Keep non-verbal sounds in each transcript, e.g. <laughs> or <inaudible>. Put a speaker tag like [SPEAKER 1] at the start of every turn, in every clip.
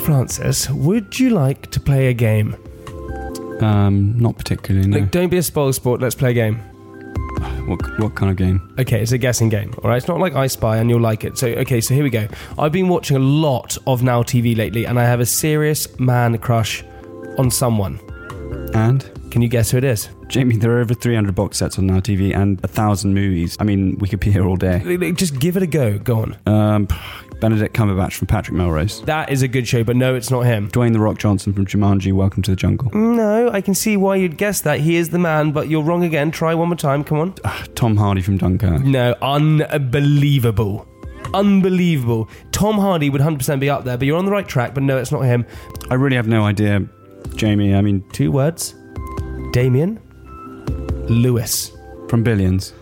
[SPEAKER 1] Francis, would you like to play a game?
[SPEAKER 2] Um, not particularly. No.
[SPEAKER 1] Like, don't be a spoil sport. Let's play a game.
[SPEAKER 2] what what kind of game?
[SPEAKER 1] Okay, it's a guessing game. All right, it's not like I Spy, and you'll like it. So, okay, so here we go. I've been watching a lot of Now TV lately, and I have a serious man crush on someone.
[SPEAKER 2] And
[SPEAKER 1] Can you guess who it is?
[SPEAKER 2] Jamie, there are over 300 box sets on Now TV and a thousand movies. I mean, we could be here all day.
[SPEAKER 1] Like, like, Just give it a go. Go on.
[SPEAKER 2] Um, Benedict Cumberbatch from Patrick Melrose,
[SPEAKER 1] That is a good show, but no, it's not him.
[SPEAKER 2] Dwayne the Rock Johnson from Jumanji, Welcome to the Jungle,
[SPEAKER 1] No, I can see why you'd guess that. He is the man, but you're wrong again. Try one more time. Come on.
[SPEAKER 2] Tom Hardy from Dunkirk.
[SPEAKER 1] No, unbelievable. Unbelievable. Tom Hardy would 100% be up there, but you're on the right track, but no, it's not him.
[SPEAKER 2] I really have no idea, Jamie. I mean,
[SPEAKER 1] Two words Damien Lewis.
[SPEAKER 2] from Billions.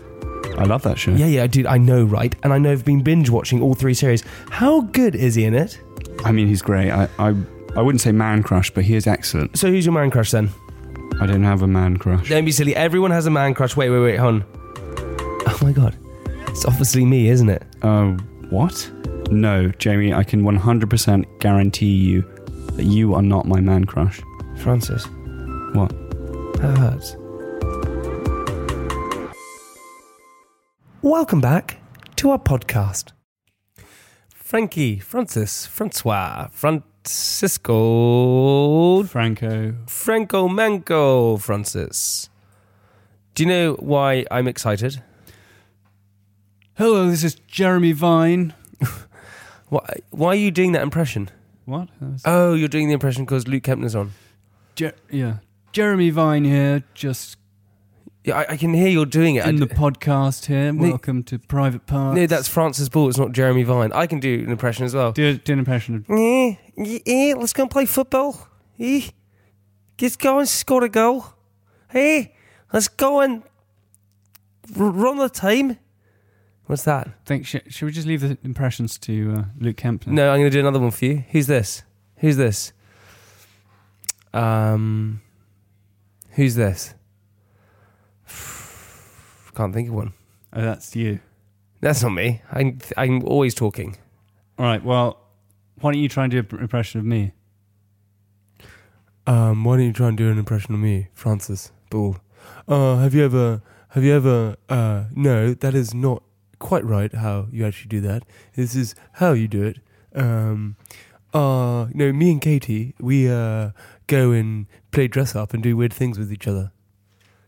[SPEAKER 2] I love that show.
[SPEAKER 1] Yeah, yeah, dude, I know, right? And I know I've been binge watching all three series. How good is he in it?
[SPEAKER 2] I mean, he's great. I, I, I wouldn't say man crush, but he is excellent.
[SPEAKER 1] So who's your man crush then?
[SPEAKER 2] I don't have a man crush.
[SPEAKER 1] Don't be silly. Everyone has a man crush. Wait, wait, wait, hon. Oh my god. It's obviously me, isn't it?
[SPEAKER 2] Uh, what? No, Jamie, I can 100% guarantee you that you are not my man crush.
[SPEAKER 1] Francis.
[SPEAKER 2] What?
[SPEAKER 1] That hurts. Welcome back to our podcast. Frankie, Francis, Francois, Francisco,
[SPEAKER 2] Franco.
[SPEAKER 1] Franco Manco, Francis. Do you know why I'm excited?
[SPEAKER 2] Hello, this is Jeremy Vine.
[SPEAKER 1] Why, why are you doing that impression?
[SPEAKER 2] What? That was-
[SPEAKER 1] Oh, you're doing the impression because Luke Kempner's on.
[SPEAKER 2] Uh, Jer- yeah. Jeremy Vine here, just
[SPEAKER 1] Yeah, I, I can hear you're doing it. I
[SPEAKER 2] in the
[SPEAKER 1] d-
[SPEAKER 2] podcast here. Welcome to Private Parts.
[SPEAKER 1] no, that's Francis Ball. It's not Jeremy Vine. I can do an impression as well.
[SPEAKER 2] Do, do an impression of.
[SPEAKER 1] Yeah, yeah, yeah, let's go and play football. Yeah. Let's go and score a goal. Hey, let's go and r- run the time. What's that?
[SPEAKER 2] Think, sh- should we just leave the impressions to uh, Luke Kempner?
[SPEAKER 1] No, I'm going to do another one for you. Who's this? Who's this? Um, who's this? <sighs> Can't think of one.
[SPEAKER 2] Oh, that's you.
[SPEAKER 1] That's not me. I'm, I'm always talking.
[SPEAKER 2] All right, well, why don't you try and do an impression of me?
[SPEAKER 1] Um, why don't you try and do an impression of me, Francis Ball? Uh, have you ever, have you ever, uh, no, that is not quite right how you actually do that. This is how you do it. Um, uh, no, me and Katie, we, uh, go and play dress up and do weird things with each other.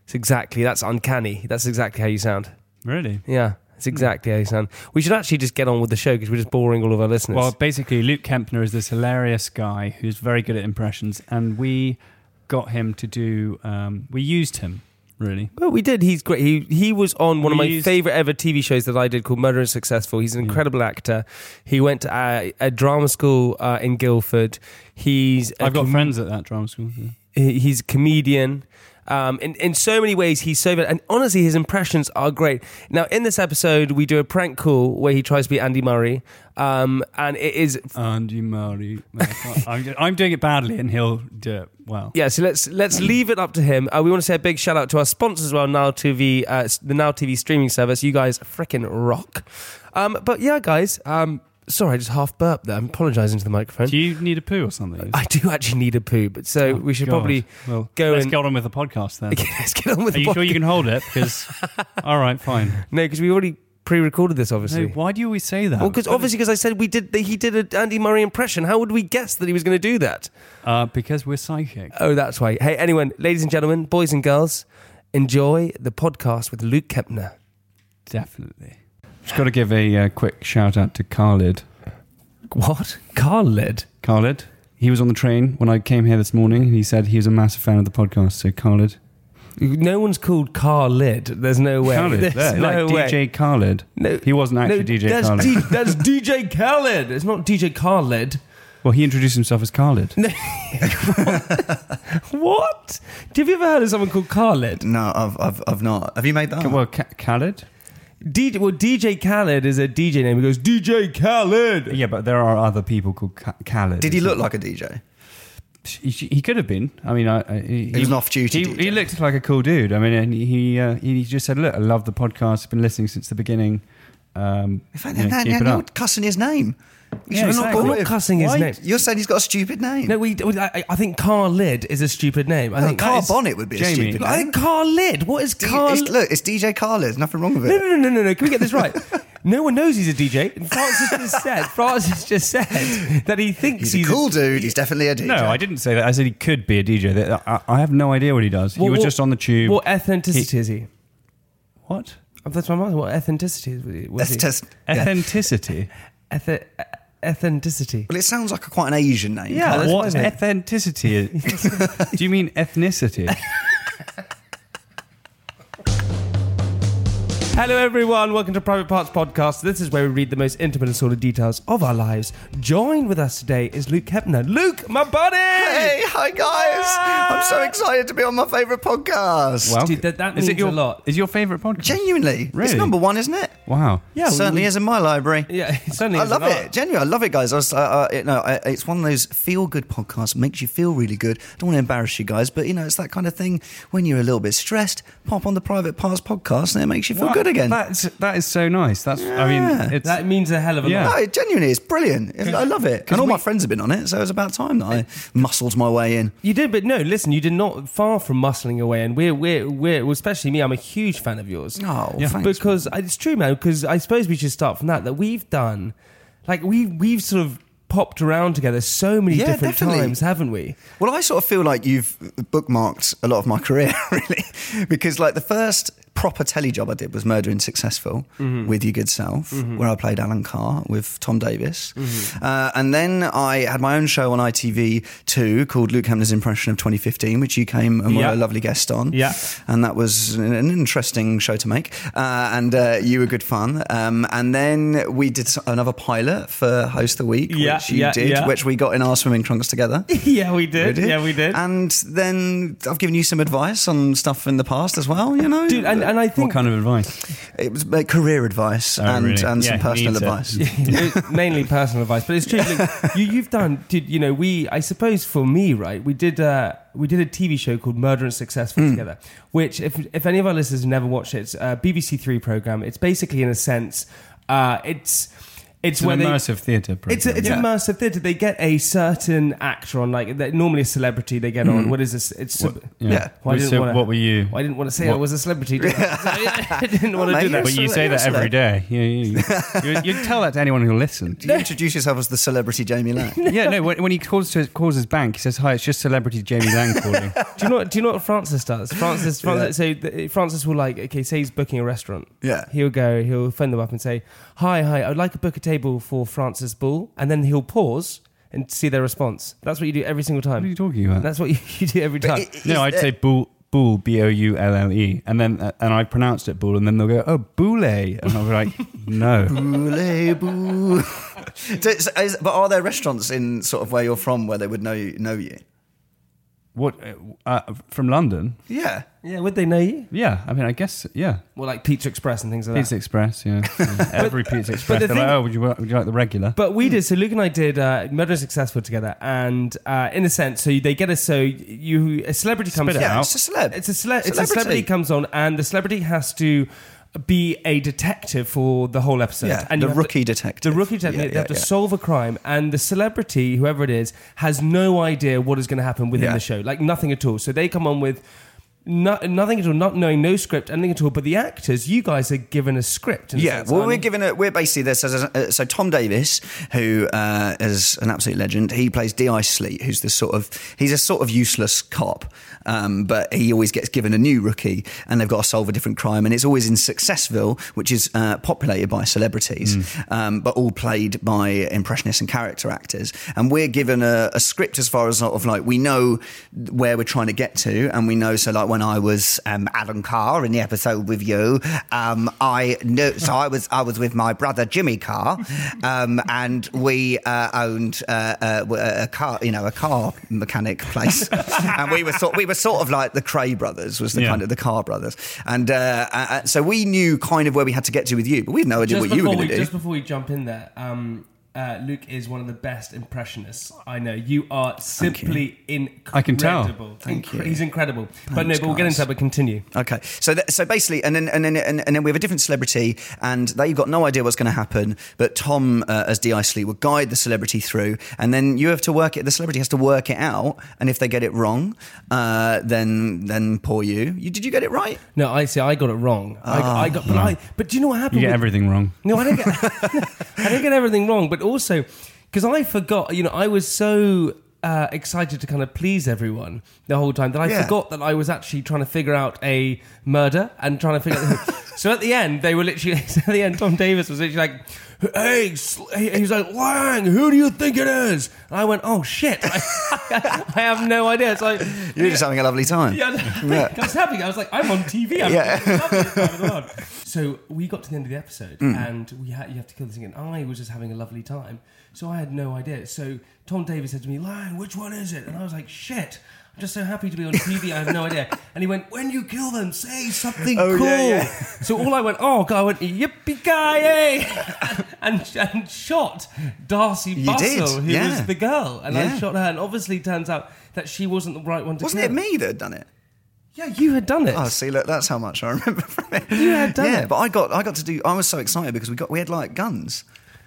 [SPEAKER 1] It's exactly, that's uncanny. That's exactly how you sound.
[SPEAKER 2] Really?
[SPEAKER 1] Yeah, it's exactly how you sound. We should actually just get on with the show because we're just boring all of our listeners.
[SPEAKER 2] Well, basically, Luke Kempner is this hilarious guy who's very good at impressions, and we got him to do. Um, we used him really.
[SPEAKER 1] Well, we did. He's great. He he was on one of
[SPEAKER 2] We
[SPEAKER 1] my
[SPEAKER 2] used-
[SPEAKER 1] favorite ever TV shows that I did called Murder and Successful. He's an
[SPEAKER 2] Hmm.
[SPEAKER 1] incredible actor. He went to a, a drama school uh, in Guildford. He's a
[SPEAKER 2] I've got
[SPEAKER 1] com-
[SPEAKER 2] friends at that drama school. yeah.
[SPEAKER 1] he- he's a comedian. Um, in, in so many ways, he's so good. And honestly, his impressions are great. Now, in this episode, we do a prank call where he tries to be Andy Murray. Um, and it is
[SPEAKER 2] And you, Murray. <laughs> I'm, ju- I'm doing it badly, and he'll do it well.
[SPEAKER 1] Yeah, so let's let's leave it up to him. Uh, we want to say a big shout out to our sponsors as well, Now TV, uh, s- the Now TV streaming service. You guys fricking rock. Um, but yeah, guys, um, sorry, I just half burped there. I'm apologising to the microphone.
[SPEAKER 2] Do you need a poo or something?
[SPEAKER 1] I do actually need a poo, but so we should
[SPEAKER 2] God.
[SPEAKER 1] probably
[SPEAKER 2] well,
[SPEAKER 1] go
[SPEAKER 2] Let's
[SPEAKER 1] and-
[SPEAKER 2] get on with the podcast then.
[SPEAKER 1] let's <laughs> get on with
[SPEAKER 2] Are
[SPEAKER 1] the
[SPEAKER 2] you sure you
[SPEAKER 1] podcast.
[SPEAKER 2] can hold it?
[SPEAKER 1] <laughs>
[SPEAKER 2] Because all right, fine.
[SPEAKER 1] No, because we already pre-recorded this,
[SPEAKER 2] No,
[SPEAKER 1] obviously.
[SPEAKER 2] why do you always say that?
[SPEAKER 1] well, because obviously, because I said we did, that he did an Andy Murray impression. How would we guess that he was going to do that?
[SPEAKER 2] uh, because we're psychic.
[SPEAKER 1] Oh, that's why. Hey, anyone, ladies and gentlemen, boys and girls, enjoy the podcast with Luke Kepner.
[SPEAKER 2] Definitely. Just got to give a uh, quick shout out to Khalid.
[SPEAKER 1] What? Car lid?
[SPEAKER 2] Khalid. He was on the train when I came here this morning. He said he was a massive fan of the podcast. So, Khalid,
[SPEAKER 1] No one's called Khalid. There's no way.
[SPEAKER 2] Khalid,
[SPEAKER 1] There's
[SPEAKER 2] there. like
[SPEAKER 1] no way.
[SPEAKER 2] DJ Khalid.
[SPEAKER 1] No,
[SPEAKER 2] He wasn't actually DJ
[SPEAKER 1] that's
[SPEAKER 2] Khalid.
[SPEAKER 1] D- that's DJ Khaled. It's not DJ Khaled.
[SPEAKER 2] <laughs> well, he introduced himself as Khalid.
[SPEAKER 1] <laughs> What? Have you ever heard of someone called Khaled?
[SPEAKER 3] No, I've, I've, I've not. Have you made that?
[SPEAKER 2] Well, Ka- Khalid.
[SPEAKER 1] DJ, well, DJ Khaled is a DJ name. He goes, DJ Khaled.
[SPEAKER 2] Yeah, but there are other people called Ka- Khalid.
[SPEAKER 3] Did he look like a DJ?
[SPEAKER 2] He, he could have been. I mean, I, I, he,
[SPEAKER 3] He was an
[SPEAKER 2] He,
[SPEAKER 3] off-duty DJ.
[SPEAKER 2] he looked like a cool dude. I mean, and he uh, he just said, "Look, I love the podcast. I've been listening since the beginning." Um,
[SPEAKER 3] In fact,
[SPEAKER 2] you know,
[SPEAKER 3] no,
[SPEAKER 2] keep
[SPEAKER 3] no,
[SPEAKER 2] it
[SPEAKER 3] no,
[SPEAKER 2] up.
[SPEAKER 3] cussing his name. You
[SPEAKER 2] Yeah,
[SPEAKER 3] should
[SPEAKER 2] exactly.
[SPEAKER 3] call
[SPEAKER 1] We're not
[SPEAKER 3] him.
[SPEAKER 1] cussing his
[SPEAKER 3] Why?
[SPEAKER 1] name.
[SPEAKER 3] You're saying he's got a stupid name.
[SPEAKER 1] No, we. we- I, I think Khaled is a stupid name. I
[SPEAKER 3] I
[SPEAKER 1] think
[SPEAKER 3] think Car
[SPEAKER 1] that is-
[SPEAKER 3] Bonnet would be
[SPEAKER 2] Jamie.
[SPEAKER 3] a stupid
[SPEAKER 1] I
[SPEAKER 3] name.
[SPEAKER 1] think Khaled. What is
[SPEAKER 3] D-
[SPEAKER 1] Khaled?
[SPEAKER 3] it's- look, it's DJ Carl. There's nothing wrong with
[SPEAKER 1] No,
[SPEAKER 3] it.
[SPEAKER 1] no, no, no, no, no. Can we get this right? no one knows he's a DJ. Francis just said. Francis just said that he thinks
[SPEAKER 3] He's
[SPEAKER 1] he's,
[SPEAKER 3] a cool dude. He's definitely a DJ.
[SPEAKER 2] No, I didn't say that. I said he could be a DJ. That- I, I have no idea what he does. he
[SPEAKER 1] What-
[SPEAKER 2] was
[SPEAKER 1] what-
[SPEAKER 2] just on the tube.
[SPEAKER 1] What ethnicity is he?
[SPEAKER 2] What?
[SPEAKER 1] Oh, That's my mind. What ethnicity is he? Was
[SPEAKER 3] That's
[SPEAKER 1] he?
[SPEAKER 3] test. yeah.
[SPEAKER 2] Authenticity.
[SPEAKER 1] Eth- ethnicity.
[SPEAKER 3] Well, it sounds like a, quite an Asian
[SPEAKER 1] <laughs>
[SPEAKER 3] name.
[SPEAKER 1] Yeah, that's
[SPEAKER 2] what
[SPEAKER 1] what I mean.
[SPEAKER 2] authenticity is? Do you
[SPEAKER 1] <laughs>
[SPEAKER 2] mean ethnicity?
[SPEAKER 1] Hello, everyone. Welcome to Private Parts Podcast. This is where we read the most intimate and sordid details of our lives. Joined with us today is Luke Hepner. Luke, my buddy.
[SPEAKER 3] Hey, hi guys! I'm so excited to be on my favourite podcast.
[SPEAKER 2] Wow.
[SPEAKER 1] Dude, that- that
[SPEAKER 2] is it
[SPEAKER 1] means
[SPEAKER 2] your,
[SPEAKER 1] a lot.
[SPEAKER 2] Is your favourite podcast?
[SPEAKER 3] Genuinely, it's
[SPEAKER 2] Really?
[SPEAKER 3] number one, isn't it?
[SPEAKER 2] Wow.
[SPEAKER 1] Yeah,
[SPEAKER 3] certainly
[SPEAKER 1] we-
[SPEAKER 3] is in my library.
[SPEAKER 1] Yeah, it certainly
[SPEAKER 3] I
[SPEAKER 1] is
[SPEAKER 3] love
[SPEAKER 1] an
[SPEAKER 3] it.
[SPEAKER 1] art.
[SPEAKER 3] Genuinely, I love it, guys. I, was- I, I, you know, I, it's one of those feel-good podcasts. Makes you feel really good. Don't want to embarrass you guys, but you know, it's that kind of thing. When you're a little bit stressed, pop on the Private Parts podcast, and it makes you feel
[SPEAKER 2] Wow,
[SPEAKER 3] good again.
[SPEAKER 2] That's that is so nice. That's I mean, it's
[SPEAKER 1] That means a hell of a
[SPEAKER 2] Yeah.
[SPEAKER 1] lot.
[SPEAKER 3] no, it genuinely is brilliant. It's- I love it, and all my friends have been on it, so it was about time that I muscled my way in.
[SPEAKER 1] You did, but no, listen, you did not far from muscling away, and we're we're we're well, especially me. I'm a huge fan of yours.
[SPEAKER 3] Oh, thanks.
[SPEAKER 1] because it's true, man. Because I suppose we should start from that. That we've done, like we we've sort of popped around together so many
[SPEAKER 3] Yeah,
[SPEAKER 1] different
[SPEAKER 3] definitely.
[SPEAKER 1] times, haven't we?
[SPEAKER 3] Well, I sort of feel like you've bookmarked a lot of my <laughs> career, really, because like the first proper telly job I did was Murder and Successful
[SPEAKER 1] Mm-hmm.
[SPEAKER 3] with Your Good Self, where I played Alan Carr with Tom Davis.
[SPEAKER 1] Mm-hmm.
[SPEAKER 3] Uh, and then I had my own show on ITV2 called Luke Hamner's Impression of 2015, which you came and
[SPEAKER 1] Yeah.
[SPEAKER 3] were a lovely guest on.
[SPEAKER 1] Yeah.
[SPEAKER 3] And that was an, an interesting show to make. Uh, and uh, you were good fun. Um, and then we did s- another pilot for Host the Week,
[SPEAKER 1] Yeah,
[SPEAKER 3] which you
[SPEAKER 1] yeah,
[SPEAKER 3] did,
[SPEAKER 1] yeah.
[SPEAKER 3] which we got in our swimming trunks together.
[SPEAKER 1] <laughs> yeah, we did.
[SPEAKER 3] We did.
[SPEAKER 1] Yeah, we did.
[SPEAKER 3] And then I've given you some advice on stuff in the past as well, you know?
[SPEAKER 1] Dude, and, and I
[SPEAKER 2] what
[SPEAKER 1] think
[SPEAKER 2] kind of advice?
[SPEAKER 3] it was like career advice
[SPEAKER 2] Oh,
[SPEAKER 3] and,
[SPEAKER 2] really?
[SPEAKER 3] and
[SPEAKER 2] Yeah,
[SPEAKER 3] some
[SPEAKER 2] he
[SPEAKER 3] personal
[SPEAKER 2] needs it.
[SPEAKER 1] <laughs>
[SPEAKER 3] advice.
[SPEAKER 1] mainly personal advice, but it's true. Like, you, you've done, dude. You know, we. I suppose for me, right? We did. Uh, we did a TV show called Murder and Successful together, which, if if any of our listeners have never watched it, it's a BBC Three program. It's basically, in a sense, uh, it's it's,
[SPEAKER 2] It's
[SPEAKER 1] where
[SPEAKER 2] an
[SPEAKER 1] they.
[SPEAKER 2] immersive theatre program.
[SPEAKER 1] It's, a, it's immersive theatre. They get a certain actor on, like they- normally a celebrity. They get
[SPEAKER 2] Mm.
[SPEAKER 1] on. What is this? It's
[SPEAKER 3] Yeah.
[SPEAKER 1] Well, I didn't
[SPEAKER 2] so
[SPEAKER 1] wanna-
[SPEAKER 2] what were you?
[SPEAKER 1] I didn't want to say I
[SPEAKER 2] What-
[SPEAKER 1] was a celebrity. Did I? <laughs> I didn't want
[SPEAKER 3] Oh,
[SPEAKER 1] to do
[SPEAKER 3] mate,
[SPEAKER 1] that.
[SPEAKER 3] you're
[SPEAKER 2] But
[SPEAKER 3] a
[SPEAKER 2] you
[SPEAKER 3] celeb-
[SPEAKER 2] say
[SPEAKER 3] you're a
[SPEAKER 2] that every
[SPEAKER 3] celeb.
[SPEAKER 2] day. You, you,
[SPEAKER 1] <laughs>
[SPEAKER 2] you, you tell that to anyone who'll listen.
[SPEAKER 3] Do you introduce yourself as the celebrity
[SPEAKER 1] <laughs>
[SPEAKER 3] Jamie Lack?
[SPEAKER 2] yeah, no. When, when he calls to calls his bank, he says, "Hi, it's just celebrity Jamie Lang calling."
[SPEAKER 1] do you know? Do you know what Francis does? Francis, Francis so th- Francis will like, okay, say he's booking a restaurant.
[SPEAKER 3] Yeah.
[SPEAKER 1] He'll go, he'll phone them up and say, "Hi, hi, I'd like to book a table for Francis Bull," and then he'll pause and see their response. That's what you do every single time.
[SPEAKER 2] What are you talking about?
[SPEAKER 1] That's what <laughs> you, you do every time.
[SPEAKER 3] It-
[SPEAKER 2] no, I'd say bull, bull, b o u l l e, and then uh, and I pronounced it bull, and then they'll go, "Oh, boule," and I'll be like, <laughs> "No."
[SPEAKER 3] Boule, boo. So- so is- but are there restaurants in sort of where you're from where they would know you? Know you?
[SPEAKER 2] What uh, uh, from London?
[SPEAKER 3] Yeah.
[SPEAKER 1] yeah, would they know you?
[SPEAKER 2] Yeah, I mean, I guess yeah.
[SPEAKER 1] Well, like Pizza Express and things like that.
[SPEAKER 2] Pizza Express, yeah. <laughs> Yeah. Every Pizza Express.
[SPEAKER 1] the
[SPEAKER 2] They're like,
[SPEAKER 1] thing-
[SPEAKER 2] oh, would you, wa- would you like the regular?
[SPEAKER 1] But we did. So Luke and I did uh, Murder and Successful together, and uh, in a sense, so they get us. So you, a celebrity comes
[SPEAKER 2] it
[SPEAKER 1] out.
[SPEAKER 2] out.
[SPEAKER 3] Yeah, it's a celeb.
[SPEAKER 1] It's a, cele- it's a
[SPEAKER 3] Celebrity.
[SPEAKER 1] celebrity comes on, and the celebrity has to be a detective for the whole episode.
[SPEAKER 3] Yeah,
[SPEAKER 1] and
[SPEAKER 3] the
[SPEAKER 1] you have to-
[SPEAKER 3] rookie detective.
[SPEAKER 1] The rookie detective.
[SPEAKER 3] Yeah,
[SPEAKER 1] they
[SPEAKER 3] yeah,
[SPEAKER 1] have to
[SPEAKER 3] yeah.
[SPEAKER 1] solve a crime, and the celebrity, whoever it is, has no idea what is going to happen within
[SPEAKER 3] Yeah.
[SPEAKER 1] the show. Like nothing at all. So they come on with. No, nothing at all, not knowing no script, anything at all. But the actors, you guys are given a script. in a
[SPEAKER 3] Yeah,
[SPEAKER 1] sense,
[SPEAKER 3] well,
[SPEAKER 1] aren't
[SPEAKER 3] we're
[SPEAKER 1] you?
[SPEAKER 3] giving it. We're basically this. as a- uh, So Tom Davis, who uh, is an absolute legend, he plays Di Sleet, who's this sort of he's a sort of useless cop, um, but he always gets given a new rookie, and they've got to solve a different crime, and it's always in Successville, which is uh, populated by celebrities, um, but all played by impressionists and character actors, and we're given a, a script as far as sort of like we know where we're trying to get to, and we know so like when when I was um, Alan Carr in the episode with you. Um, I knew, so I was I was with my brother Jimmy Carr, um, and we uh, owned uh, uh, w- a car, you know, a car mechanic place, <laughs> and we were sort we were sort of like the Cray brothers was the
[SPEAKER 2] Yeah.
[SPEAKER 3] kind of the Carr brothers, and uh, uh, uh, so we knew kind of where we had to get to with you, but we had no idea
[SPEAKER 1] Just
[SPEAKER 3] what you were
[SPEAKER 1] before
[SPEAKER 3] going
[SPEAKER 1] we,
[SPEAKER 3] to do.
[SPEAKER 1] just before we jump in there, um, uh, Luke is one of the best impressionists I know. You are simply incredible.
[SPEAKER 2] I can tell.
[SPEAKER 3] Thank
[SPEAKER 1] Incre-
[SPEAKER 3] you.
[SPEAKER 1] He's incredible. but no,
[SPEAKER 3] Thanks,
[SPEAKER 1] but we'll get into
[SPEAKER 3] guys.
[SPEAKER 1] that. But continue.
[SPEAKER 3] Okay, so that, so basically, and then and then and, and then we have a different celebrity, and they got no idea what's going to happen. But Tom, uh, as D. Isley, will guide the celebrity through, and then you have to work it. The celebrity has to work it out, and if they get it wrong, uh, then then poor you. you. Did you get it right?
[SPEAKER 1] No, I see. I got it wrong. I,
[SPEAKER 3] Ah.
[SPEAKER 1] I got, but I. But do you know what
[SPEAKER 2] You
[SPEAKER 1] happened?
[SPEAKER 2] get
[SPEAKER 1] with-
[SPEAKER 2] everything wrong.
[SPEAKER 1] No, I don't get. <laughs> I don't get everything wrong, but also because I forgot. You know, I was so uh, excited to kind of please everyone the whole time that I
[SPEAKER 3] Yeah.
[SPEAKER 1] forgot that I was actually trying to figure out a murder and trying to figure. out... <laughs> so at the end, they were literally. <laughs> so at the end, Tom Davis was literally like. Hey, sl- he he was like Lang. Who do you think it is? And I went, oh shit! I, I <laughs> have no idea. So I,
[SPEAKER 3] You were just having a lovely time.
[SPEAKER 1] yeah,
[SPEAKER 3] <laughs>
[SPEAKER 1] I was happy. I was like, I'm on TV. I'm
[SPEAKER 3] Yeah.
[SPEAKER 1] having the loveliest time in
[SPEAKER 3] <laughs>
[SPEAKER 1] the world. So we got to the end of the episode,
[SPEAKER 3] Mm.
[SPEAKER 1] and we had you have to kill this thing. And I was just having a lovely time, so I had no idea. So Tom Davis said to me, "Lion, which one is it?" And I was like, "Shit." I'm just so happy to be on TV. I have no
[SPEAKER 3] <laughs>
[SPEAKER 1] idea. And he went, "When you kill them, say something
[SPEAKER 3] Oh, yeah,
[SPEAKER 1] cool."
[SPEAKER 3] yeah.
[SPEAKER 1] So all I went, "Oh God!" I went, "Yippee
[SPEAKER 3] <laughs>
[SPEAKER 1] ki <laughs> and and shot Darcy
[SPEAKER 3] You did,
[SPEAKER 1] Bustle, who
[SPEAKER 3] yeah.
[SPEAKER 1] was the girl, and I
[SPEAKER 3] Yeah.
[SPEAKER 1] shot her. And obviously, turns out that she wasn't the right one to
[SPEAKER 3] Wasn't
[SPEAKER 1] kill.
[SPEAKER 3] it me that had done it?
[SPEAKER 1] Yeah, you had done it.
[SPEAKER 3] Oh, see, look, that's how much I <laughs> remember from it.
[SPEAKER 1] You had done
[SPEAKER 3] yeah,
[SPEAKER 1] it.
[SPEAKER 3] but I got I got to do. I was so excited because we got we had like guns,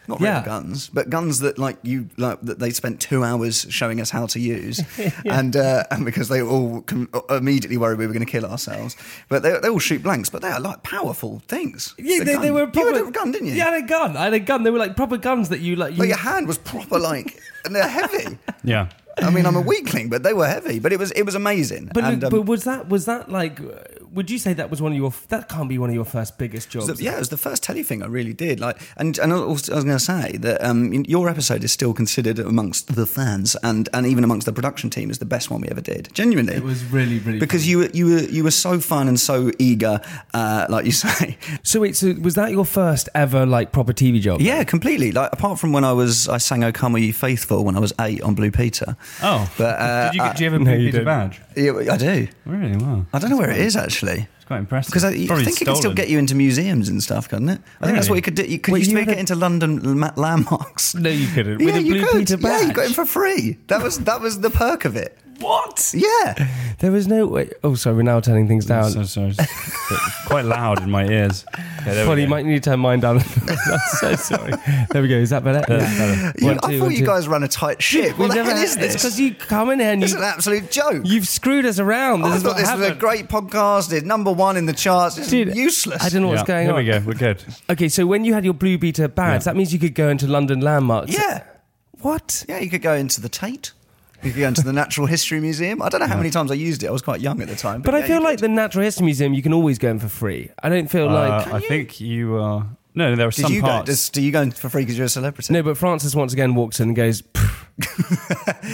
[SPEAKER 3] not
[SPEAKER 1] Yeah.
[SPEAKER 3] real guns, but guns that like you like that they spent two hours showing us how to
[SPEAKER 1] <laughs>
[SPEAKER 3] use, and uh, and because they were all com- immediately worried we were going to kill ourselves, but they, they all shoot blanks, but they are like powerful things.
[SPEAKER 1] yeah,
[SPEAKER 3] The
[SPEAKER 1] they, they
[SPEAKER 3] gun.
[SPEAKER 1] were
[SPEAKER 3] You
[SPEAKER 1] proper
[SPEAKER 3] had a gun, didn't you?
[SPEAKER 1] Yeah, I had a gun. I had a gun. They were like proper guns that you like. You,
[SPEAKER 3] Like your hand was proper, like and they're heavy.
[SPEAKER 2] Yeah.
[SPEAKER 3] I mean, I'm a weakling, but they were heavy. But it was it was amazing.
[SPEAKER 1] but,
[SPEAKER 3] and,
[SPEAKER 1] Luke,
[SPEAKER 3] um,
[SPEAKER 1] but was that was that like? uh, Would you say that was one of your? That can't be one of your first biggest jobs.
[SPEAKER 3] It was the- yeah, it was the first telly thing I really did. Like, and and also I was going to say that um, your episode is still considered amongst the fans and and even amongst the production team as the best one we ever did. Genuinely,
[SPEAKER 1] It was really really
[SPEAKER 3] because you were you were you were so fun and so eager, uh, like
[SPEAKER 2] <laughs>
[SPEAKER 3] you say.
[SPEAKER 1] So wait, so was that your first ever like proper TV job?
[SPEAKER 3] Yeah, <laughs> completely. Like apart from when I was I sang "O Come All Ye Faithful" when I was eight on Blue Peter.
[SPEAKER 2] <laughs> Oh.
[SPEAKER 3] But, uh,
[SPEAKER 2] did you get, do you have a
[SPEAKER 1] no, you
[SPEAKER 2] Blue Peter
[SPEAKER 1] didn't.
[SPEAKER 2] badge?
[SPEAKER 3] Yeah, I do.
[SPEAKER 2] Really? Wow.
[SPEAKER 3] I don't know where it is actually.
[SPEAKER 2] It's quite impressive.
[SPEAKER 3] Because I, I
[SPEAKER 2] Probably
[SPEAKER 3] think it can still
[SPEAKER 2] stolen.
[SPEAKER 3] get you into museums and stuff, couldn't it? I think that's
[SPEAKER 2] Really?
[SPEAKER 3] what you could do. You could
[SPEAKER 1] Well,
[SPEAKER 3] you used
[SPEAKER 1] you
[SPEAKER 3] to
[SPEAKER 1] had
[SPEAKER 3] get
[SPEAKER 1] a-
[SPEAKER 3] into London la-
[SPEAKER 2] <laughs>
[SPEAKER 3] landmarks.
[SPEAKER 1] No, you couldn't. With a Blue Peter badge.
[SPEAKER 3] Yeah, you got him for free. That was that was the perk of it.
[SPEAKER 2] <laughs>
[SPEAKER 1] <laughs> what?
[SPEAKER 3] Yeah.
[SPEAKER 1] There was no. Wait, oh, sorry. We're now turning things down.
[SPEAKER 2] So, so, so- quite loud in my <laughs> ears. Okay, there we
[SPEAKER 1] Polly, you
[SPEAKER 2] go.
[SPEAKER 1] might need to turn mine down. <laughs> I'm so sorry. There we go. Is that better?
[SPEAKER 2] That's better.
[SPEAKER 3] You-
[SPEAKER 1] One,
[SPEAKER 3] I
[SPEAKER 1] two,
[SPEAKER 3] thought
[SPEAKER 1] one,
[SPEAKER 3] you
[SPEAKER 1] two.
[SPEAKER 3] guys ran a tight ship. What
[SPEAKER 1] We
[SPEAKER 3] the
[SPEAKER 1] never
[SPEAKER 3] hell
[SPEAKER 1] had-
[SPEAKER 3] is this?
[SPEAKER 1] It's because you come in here and
[SPEAKER 3] It's
[SPEAKER 1] you
[SPEAKER 3] an absolute joke.
[SPEAKER 1] You've screwed us around. This
[SPEAKER 3] I
[SPEAKER 1] is
[SPEAKER 3] thought
[SPEAKER 1] what
[SPEAKER 3] this was a
[SPEAKER 1] happened.
[SPEAKER 3] great podcast. It's number one in the charts. It's
[SPEAKER 1] Dude,
[SPEAKER 3] useless.
[SPEAKER 1] I don't know what's going
[SPEAKER 2] Yeah, Here
[SPEAKER 1] on.
[SPEAKER 2] we go. We're good.
[SPEAKER 1] Okay, so when you had your Blue Beta badge, that means you could go into London landmarks.
[SPEAKER 3] Yeah.
[SPEAKER 1] What?
[SPEAKER 3] Yeah, you could go into the Tate. You could go into the Natural History Museum. I don't know how many times I used it. I was quite young at the time.
[SPEAKER 1] But
[SPEAKER 3] yeah,
[SPEAKER 1] I feel
[SPEAKER 3] you
[SPEAKER 1] like the Natural History Museum, you can always go in for free. I don't feel
[SPEAKER 2] Uh,
[SPEAKER 1] like.
[SPEAKER 2] I think you are. No, there are
[SPEAKER 3] Did
[SPEAKER 2] some
[SPEAKER 3] you
[SPEAKER 2] parts.
[SPEAKER 3] go? Does, do you go in for free because you're a celebrity?
[SPEAKER 1] No, but Francis once again walks in and goes,
[SPEAKER 3] <laughs>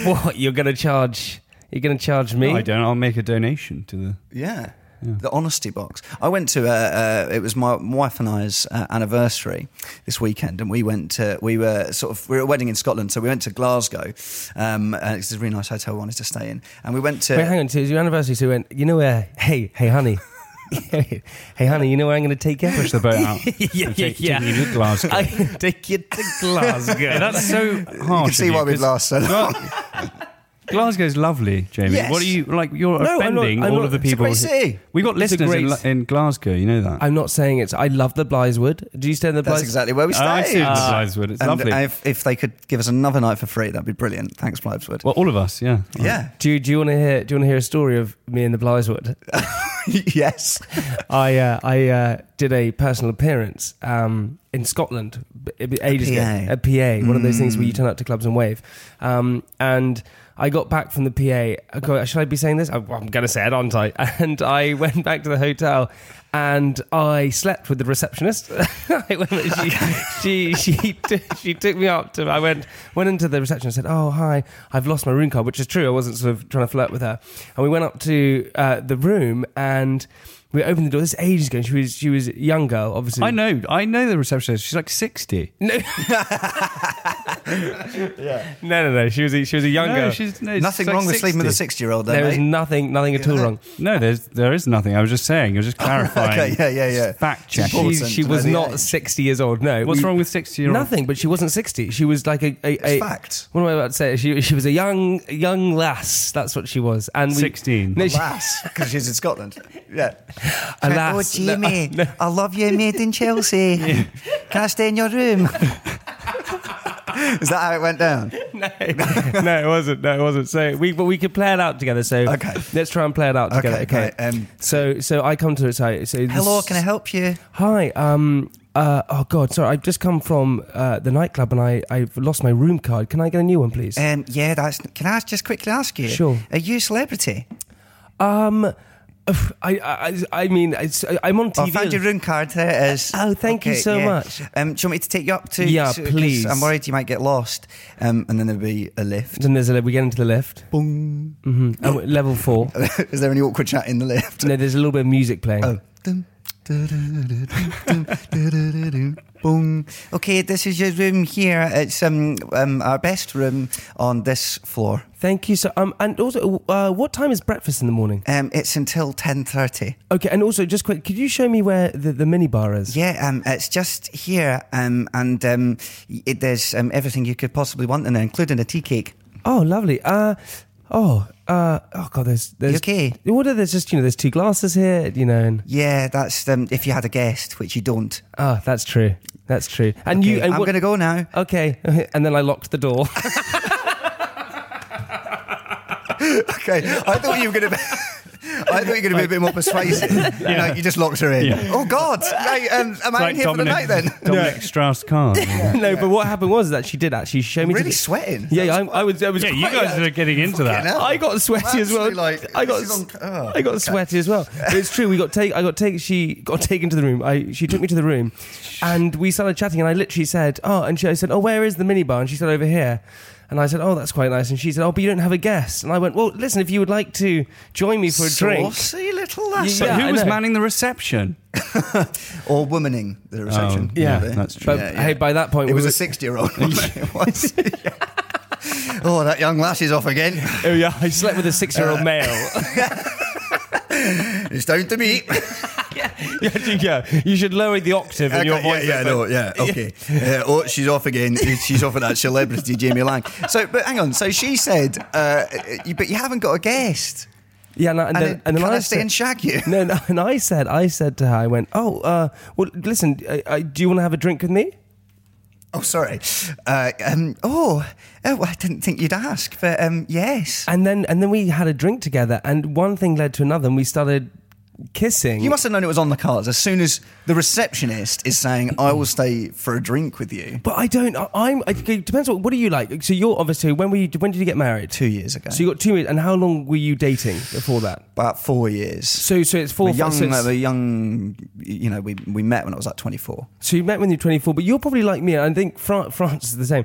[SPEAKER 1] "What? You're going to charge? You're going to charge me?
[SPEAKER 2] I don't. I'll make a donation to the.
[SPEAKER 3] Yeah. The honesty box. I went to uh, uh, it was my my wife and I's uh, anniversary this weekend, and we went to we were sort of we were at a wedding in Scotland, so we went to Glasgow. Um, uh, it's a really nice hotel we wanted to stay in, and we went to
[SPEAKER 1] Wait, hang on. So it was your anniversary. So he went, you know where? Hey, hey, honey. <laughs> hey, honey. You know where I'm going to take you?
[SPEAKER 2] Push the boat
[SPEAKER 3] <laughs>
[SPEAKER 2] out.
[SPEAKER 1] yeah,
[SPEAKER 2] and take,
[SPEAKER 1] yeah,
[SPEAKER 2] Take you
[SPEAKER 1] yeah.
[SPEAKER 2] to Glasgow.
[SPEAKER 1] I can take you to Glasgow.
[SPEAKER 2] Yeah, that's so
[SPEAKER 3] you
[SPEAKER 2] harsh.
[SPEAKER 3] can see
[SPEAKER 2] of
[SPEAKER 3] why we
[SPEAKER 2] 'cause
[SPEAKER 3] last so long.
[SPEAKER 2] Glasgow's lovely, Jamie.
[SPEAKER 3] Yes.
[SPEAKER 2] What are you like? You're
[SPEAKER 1] No, I'm not-
[SPEAKER 2] offending
[SPEAKER 1] I'm
[SPEAKER 2] all
[SPEAKER 1] not-
[SPEAKER 2] of the
[SPEAKER 1] it's a
[SPEAKER 2] people.
[SPEAKER 3] great
[SPEAKER 2] who-
[SPEAKER 3] city.
[SPEAKER 2] We got
[SPEAKER 1] It's a
[SPEAKER 2] listeners in,
[SPEAKER 1] great-
[SPEAKER 2] in Glasgow. You know that.
[SPEAKER 1] I'm not saying it's. I love the Blythewood. Do you stay in the
[SPEAKER 3] That's
[SPEAKER 1] Blythewood?
[SPEAKER 3] exactly where we
[SPEAKER 2] Uh, I've
[SPEAKER 3] stayed.
[SPEAKER 2] seen the Blytheswood. It's
[SPEAKER 3] and
[SPEAKER 2] lovely.
[SPEAKER 3] If, if they could give us another night for free, that'd be brilliant. Thanks, Blytheswood.
[SPEAKER 2] well, all of us. Yeah.
[SPEAKER 3] yeah. <laughs>
[SPEAKER 1] Do you, do you want to <laughs> hear? Do you want to hear a story of me in the Blythewood?
[SPEAKER 3] yes.
[SPEAKER 1] I uh, I uh, did a personal appearance um, in Scotland b- b- ages ago.
[SPEAKER 3] PA.
[SPEAKER 1] A PA, one of those things where you turn up to clubs and wave. Um, and I got back from the PA. I go, Should I be saying this? I, am going to say it, aren't I? <laughs> And I went back to the hotel. And I slept with the receptionist. <laughs> I went- she, she, she, t- she took me up to. I went went into the reception and said, "Oh hi, I've lost my room card," which is true. I wasn't sort of trying to flirt with her. And we went up to uh, the room and we opened the door. This is ages ago. She was she was a young girl, obviously.
[SPEAKER 2] I know, I know the receptionist. She's like sixty.
[SPEAKER 3] <laughs>
[SPEAKER 1] No, no, no. She was a, she was a young girl.
[SPEAKER 2] she's no,
[SPEAKER 3] Nothing wrong with sleeping with a six-year-old, though.
[SPEAKER 1] there was
[SPEAKER 3] mate.
[SPEAKER 1] nothing nothing at all wrong.
[SPEAKER 2] No, there's there is nothing. I was just saying. I was
[SPEAKER 3] <laughs>
[SPEAKER 2] just clarifying.
[SPEAKER 3] Okay, yeah, yeah, yeah.
[SPEAKER 2] Fact check.
[SPEAKER 3] She-
[SPEAKER 1] She,
[SPEAKER 3] Awesome
[SPEAKER 1] she
[SPEAKER 3] to
[SPEAKER 1] was
[SPEAKER 3] know the
[SPEAKER 1] not
[SPEAKER 3] age.
[SPEAKER 1] sixty years old. No.
[SPEAKER 2] What's
[SPEAKER 1] We-
[SPEAKER 2] wrong with sixty year old?
[SPEAKER 1] Nothing, but she wasn't sixty. She was like a, a, a
[SPEAKER 3] It's fact.
[SPEAKER 1] What am I about to say? She she was a young young lass. That's what she was. And we,
[SPEAKER 2] 16.
[SPEAKER 1] No, she,
[SPEAKER 3] Alas, because she's in Scotland. Yeah.
[SPEAKER 1] Alas,
[SPEAKER 3] oh, Jimmy, I love you, made in Chelsea. Can I stay in your room? Is that how it went down?
[SPEAKER 1] <laughs> no, it wasn't. No, it wasn't. So we, but we could play it out together. So
[SPEAKER 3] Okay.
[SPEAKER 1] let's try and play it out together. Okay.
[SPEAKER 3] Okay, um,
[SPEAKER 1] so, so I come to her side. So this-
[SPEAKER 3] Hello, can I help you?
[SPEAKER 1] Hi. Um. Uh. Oh God. Sorry. I've just come from uh, the nightclub and I I've lost my room card. Can I get a new one, please?
[SPEAKER 3] Um, yeah, that's. Can I just quickly ask you?
[SPEAKER 1] Sure.
[SPEAKER 3] Are you a celebrity?
[SPEAKER 1] Um. I I I mean it's, I'm on TV.
[SPEAKER 3] I found your room card. There it is.
[SPEAKER 1] Oh, thank you so much.
[SPEAKER 3] Um, do you want me to take you up to?
[SPEAKER 1] Yeah,
[SPEAKER 3] to- 'cause
[SPEAKER 1] please.
[SPEAKER 3] I'm worried you might get lost. Um, and then there'll be a lift. <laughs>
[SPEAKER 1] and there's a we get into the lift.
[SPEAKER 3] Boom.
[SPEAKER 1] hmm Oh, level
[SPEAKER 3] <laughs>
[SPEAKER 1] four.
[SPEAKER 3] Is there any awkward chat in the lift?
[SPEAKER 1] no, there's a little bit of music playing.
[SPEAKER 3] Oh. Dum, da-da-da-dum, dum, da-da-da-dum, boom. Okay, this is your room here. It's um, um our best room on this floor.
[SPEAKER 1] Thank you so. Um. And also, uh, what time is breakfast in the morning?
[SPEAKER 3] Um, it's until ten thirty.
[SPEAKER 1] Okay. And also, just quick, could you show me where the the minibar is?
[SPEAKER 3] Yeah, um, it's just here, um, and um, y- it, there's um, everything you could possibly want in there, including a tea cake.
[SPEAKER 1] Oh, lovely. Uh, oh, uh, oh God, there's, there's
[SPEAKER 3] You okay?
[SPEAKER 1] What are there's just you know there's two glasses here, you know, and
[SPEAKER 3] Yeah, that's um, if you had a guest, which you don't.
[SPEAKER 1] ah, that's true, that's true. And you,
[SPEAKER 3] Okay,
[SPEAKER 1] and
[SPEAKER 3] I'm
[SPEAKER 1] what-
[SPEAKER 3] going to go now.
[SPEAKER 1] okay, <laughs> and then I locked the
[SPEAKER 3] <laughs>
[SPEAKER 1] door.
[SPEAKER 3] Okay, I thought you were going to. be... <laughs> I thought you were going to be a bit more
[SPEAKER 1] <laughs>
[SPEAKER 3] persuasive. You, know, you just locked her in. Oh God! Right, um, am I in here for the night then?
[SPEAKER 2] <laughs> Dominic Strauss
[SPEAKER 3] <laughs>
[SPEAKER 2] Kahn. yeah,
[SPEAKER 1] <laughs> no, but what happened was that she did actually show me.
[SPEAKER 3] I'm
[SPEAKER 1] to
[SPEAKER 3] really
[SPEAKER 1] the-
[SPEAKER 3] sweating.
[SPEAKER 1] yeah, I, I was. I was.
[SPEAKER 2] you
[SPEAKER 1] quite-
[SPEAKER 2] guys are getting into that.
[SPEAKER 3] uh, hell.
[SPEAKER 1] I got sweaty as well.
[SPEAKER 3] Absolutely, like,
[SPEAKER 1] I got,
[SPEAKER 3] this is
[SPEAKER 1] s-
[SPEAKER 3] on- oh,
[SPEAKER 1] I got sweaty as well. But it's true. We got take. I got take. She got <laughs> taken to the room. I she took me to the room, and we started chatting. And I literally said, "Oh," and she I said, "Oh, where is the minibar?" And she said, "Over here." And I said, "Oh, that's quite nice." And she said, "Oh, but you don't have a guest." And I went, "Well, listen, if you would like to join me for a drink."
[SPEAKER 3] Saucy little lassie.
[SPEAKER 2] But
[SPEAKER 1] Yeah, I
[SPEAKER 2] who was
[SPEAKER 1] know.
[SPEAKER 2] manning the reception?
[SPEAKER 3] Or womaning the reception.
[SPEAKER 1] yeah,
[SPEAKER 3] really.
[SPEAKER 2] that's true.
[SPEAKER 1] But
[SPEAKER 3] Yeah, yeah.
[SPEAKER 1] hey, by that point, we
[SPEAKER 3] It was
[SPEAKER 1] were-
[SPEAKER 3] a six-year-old. wasn't <laughs> it? It was. <laughs> oh, that young lass is off again.
[SPEAKER 1] Oh yeah, <laughs> Uh, I slept with a
[SPEAKER 3] Uh,
[SPEAKER 1] six-year-old
[SPEAKER 3] <laughs>
[SPEAKER 1] male.
[SPEAKER 3] It's down to me.
[SPEAKER 1] <laughs> yeah, yeah, you should lower the octave in <laughs> your
[SPEAKER 3] Okay,
[SPEAKER 1] voice.
[SPEAKER 3] Yeah, yeah, no, yeah, okay. Uh, oh, she's off again. She's off at that celebrity Jamie Lang. So, but hang on. So she said, uh, you, but you haven't got a guest.
[SPEAKER 1] Yeah, and, I- and
[SPEAKER 3] And,
[SPEAKER 1] then,
[SPEAKER 3] it-
[SPEAKER 1] and then
[SPEAKER 3] can I,
[SPEAKER 1] I
[SPEAKER 3] stay
[SPEAKER 1] said-
[SPEAKER 3] and shag you?
[SPEAKER 1] <laughs> No, no, and I said, I said to her, I went, oh, uh, well, listen, I, I, do you want to have a drink with me?
[SPEAKER 3] Oh, sorry. Uh, um, oh, oh, I didn't think you'd ask, but um, yes.
[SPEAKER 1] And then, and then we had a drink together, and one thing led to another, and we started kissing.
[SPEAKER 3] You must have known it was on the cards as soon as the receptionist is saying, "I will stay for a drink with you."
[SPEAKER 1] but I don't. I, I'm. It depends. What, what do you like? So you're obviously. When were you? When did you get married?
[SPEAKER 3] Two years ago,
[SPEAKER 1] So you got two years, and how long were you dating before that?
[SPEAKER 3] about four years.
[SPEAKER 1] So, so it's four.
[SPEAKER 3] We're young,
[SPEAKER 1] so, it's-
[SPEAKER 3] we're young. You know, we we met when I was like twenty four.
[SPEAKER 1] So you met when you're 24, but you're probably like me, and I think Fran- France is the same.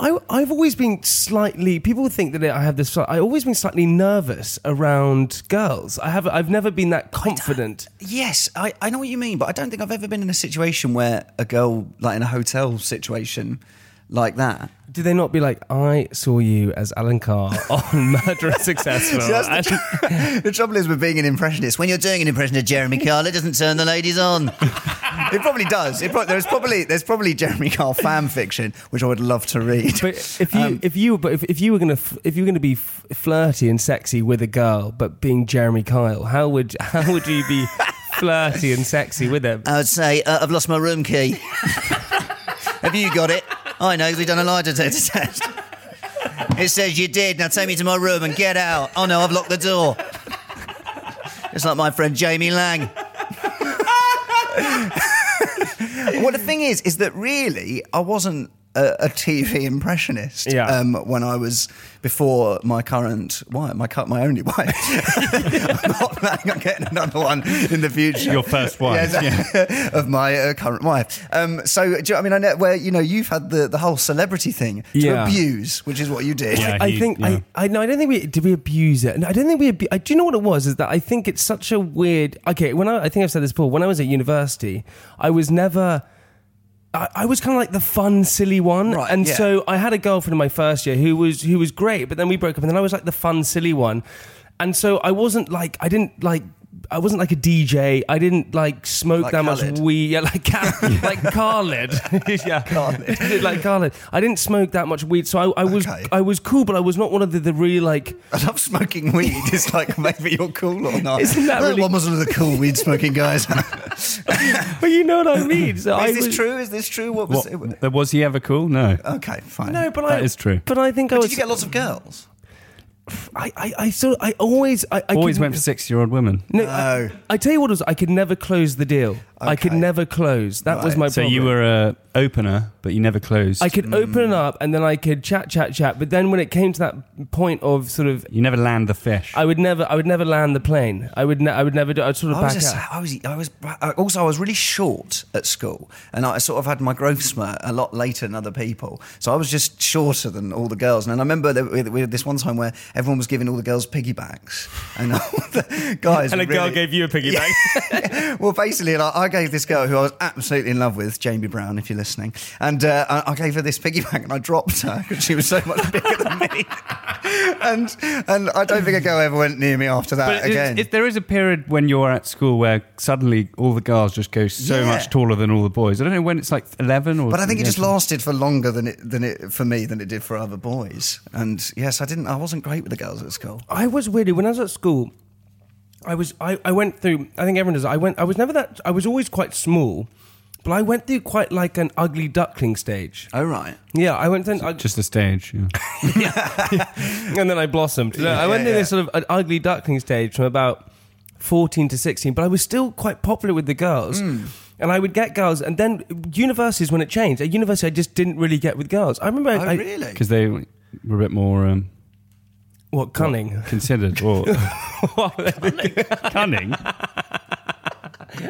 [SPEAKER 1] I, I've always been slightly. People think that I have this. I've always been slightly nervous around girls. I have. I've never been that confident.
[SPEAKER 3] Yes, I, I know what you mean, but I don't think I've ever been in a situation where a girl, like in a hotel situation like that.
[SPEAKER 1] Do they not be like, I saw you as Alan Carr on Murder
[SPEAKER 3] <laughs>
[SPEAKER 1] and
[SPEAKER 2] Uh,
[SPEAKER 1] Successful?
[SPEAKER 3] See, that's the
[SPEAKER 1] And-
[SPEAKER 3] <laughs> The trouble is with being an impressionist, when you're doing an impression of Jeremy Carl, it doesn't turn the ladies <laughs> on. it probably does. It pro- there's probably there's probably Jeremy Carl fan fiction, which I would love to read.
[SPEAKER 1] but if you, if you, but if, if you were gonna, f- if you were gonna be f- flirty and sexy with a girl, but being Jeremy Kyle, how would, how would you be flirty and sexy with him?
[SPEAKER 3] I would say uh, I've lost my room <laughs> key. Have you got it? I know 'cause we've done a lie detector <laughs> test. It says you did. Now take me to my room and get out. Oh no, I've locked the door. It's like my friend Jamie Lang. <laughs> well, the thing is, is that really I wasn't a, a TV impressionist
[SPEAKER 1] Yeah.
[SPEAKER 3] um, when I was before my current wife, my cu- my only wife. <laughs> I'm not planning on getting another one in the
[SPEAKER 2] <laughs>
[SPEAKER 3] future.
[SPEAKER 2] Your first wife,
[SPEAKER 3] yeah. <laughs> of my uh, current wife. Um, so, do you, know- I mean, I know where you know you've had the, the whole celebrity thing to
[SPEAKER 1] Yeah.
[SPEAKER 3] abuse, which is what you did.
[SPEAKER 2] Yeah.
[SPEAKER 1] I
[SPEAKER 2] he-
[SPEAKER 1] think
[SPEAKER 2] yeah.
[SPEAKER 1] I, I no, I don't think we did we abuse it. No, I don't think we. Abu- I, do you know what it was? Is that I think it's such a weird. Okay, when I, I think I've said this before. When I was at university, I was never. I, I was kind of like the fun, silly one,
[SPEAKER 3] Right,
[SPEAKER 1] and
[SPEAKER 3] yeah.
[SPEAKER 1] so I had a girlfriend in my first year who was who was great, but then we broke up, and then I was like the fun, silly one, and so I wasn't like I didn't like. I wasn't like a DJ. I didn't like smoke
[SPEAKER 3] Like
[SPEAKER 1] that
[SPEAKER 3] Khaled.
[SPEAKER 1] much weed. Yeah, like
[SPEAKER 3] <laughs>
[SPEAKER 1] Khaled. like Khaled. <laughs> yeah, Khaled. like Khaled. I didn't smoke that much weed, so I, I was
[SPEAKER 3] Okay.
[SPEAKER 1] I was cool, but I was not one of the, the really like.
[SPEAKER 3] <laughs> I love smoking weed. It's like <laughs> whether you're cool or not.
[SPEAKER 1] Isn't that really-
[SPEAKER 3] one was one of the cool weed smoking guys? is
[SPEAKER 1] <laughs> But you know what I mean. So <laughs> I
[SPEAKER 3] this
[SPEAKER 1] was,
[SPEAKER 3] true? Is this true? What was
[SPEAKER 2] What,
[SPEAKER 3] it?
[SPEAKER 2] uh, was he ever cool? No.
[SPEAKER 3] Okay, fine.
[SPEAKER 1] No, but I,
[SPEAKER 2] That is true.
[SPEAKER 1] But I think I
[SPEAKER 3] But
[SPEAKER 1] was.
[SPEAKER 3] did you get lots of girls?
[SPEAKER 1] I, I I sort of, I always I, I
[SPEAKER 2] Always
[SPEAKER 1] could-
[SPEAKER 2] went for sixty-year-old women.
[SPEAKER 1] No, I,
[SPEAKER 3] No.
[SPEAKER 1] I tell you what it was. I could never close the deal. I could
[SPEAKER 3] Okay.
[SPEAKER 1] never close. That was
[SPEAKER 3] Right.
[SPEAKER 1] my
[SPEAKER 2] So
[SPEAKER 1] problem.
[SPEAKER 2] you were a opener, but you never closed.
[SPEAKER 1] I could open up and then I could chat, chat, chat. But then when it came to that point of sort of,
[SPEAKER 2] you never land the fish.
[SPEAKER 1] I would never, I would never land the plane. I would, ne- I would never do. I'd sort of
[SPEAKER 3] I
[SPEAKER 1] back
[SPEAKER 3] was,
[SPEAKER 1] out.
[SPEAKER 3] a, I was, I was, I- also I was really short at school, and I sort of had my growth spurt a lot later than other people. So I was just shorter than all the girls. And I remember that we, we had this one time where everyone was giving all the girls piggybacks, and all the guys. were really-
[SPEAKER 1] you a piggyback.
[SPEAKER 3] well, basically, like, I gave this girl who I was absolutely in love with, Jamie Brown, if you're listening, and uh, I, I gave her this piggyback and I dropped her because she was so much bigger than me. <laughs> and and I don't think a girl ever went near me after that
[SPEAKER 2] But it-
[SPEAKER 3] again.
[SPEAKER 2] it- there is a period when you're at school where suddenly all the girls just go so
[SPEAKER 3] Yeah.
[SPEAKER 2] much taller than all the boys. I don't know when it's like 11 or.
[SPEAKER 3] but I think it just
[SPEAKER 2] yeah.
[SPEAKER 3] lasted for longer than it than it for me than it did for other boys. And yes, I didn't. I wasn't great with the girls at school.
[SPEAKER 1] I was weirdly when I was at school. I was I, I went through I think everyone does I went I was never that I was always quite small, but I went through quite like an ugly duckling stage.
[SPEAKER 3] Oh right.
[SPEAKER 1] Yeah, I went through an ug- <laughs>
[SPEAKER 2] Just the stage. Yeah.
[SPEAKER 1] and then I blossomed. No, I went
[SPEAKER 3] yeah,
[SPEAKER 1] through
[SPEAKER 3] yeah.
[SPEAKER 1] this sort of an ugly duckling stage from about fourteen to sixteen, but I was still quite popular with the girls.
[SPEAKER 3] Mm.
[SPEAKER 1] And I would get girls, and then universities when it changed. At university, I just didn't really get with girls. I remember,
[SPEAKER 3] Oh
[SPEAKER 1] I,
[SPEAKER 3] really?
[SPEAKER 2] Because they were a bit more um,
[SPEAKER 1] what cunning?
[SPEAKER 2] considered or <laughs> cunning.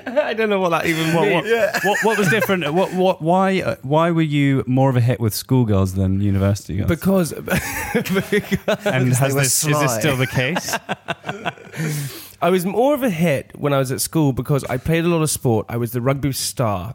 [SPEAKER 1] I don't know what that even
[SPEAKER 2] What,
[SPEAKER 1] means.
[SPEAKER 2] what, what, what was different? What, what, why, uh, why were you more of a hit with schoolgirls than university girls?
[SPEAKER 1] Because
[SPEAKER 2] and
[SPEAKER 3] Because they
[SPEAKER 2] has
[SPEAKER 3] were
[SPEAKER 2] this, is this
[SPEAKER 3] sly.
[SPEAKER 2] still the case?
[SPEAKER 1] I was more of a hit when I was at school because I played a lot of sport. I was the rugby star.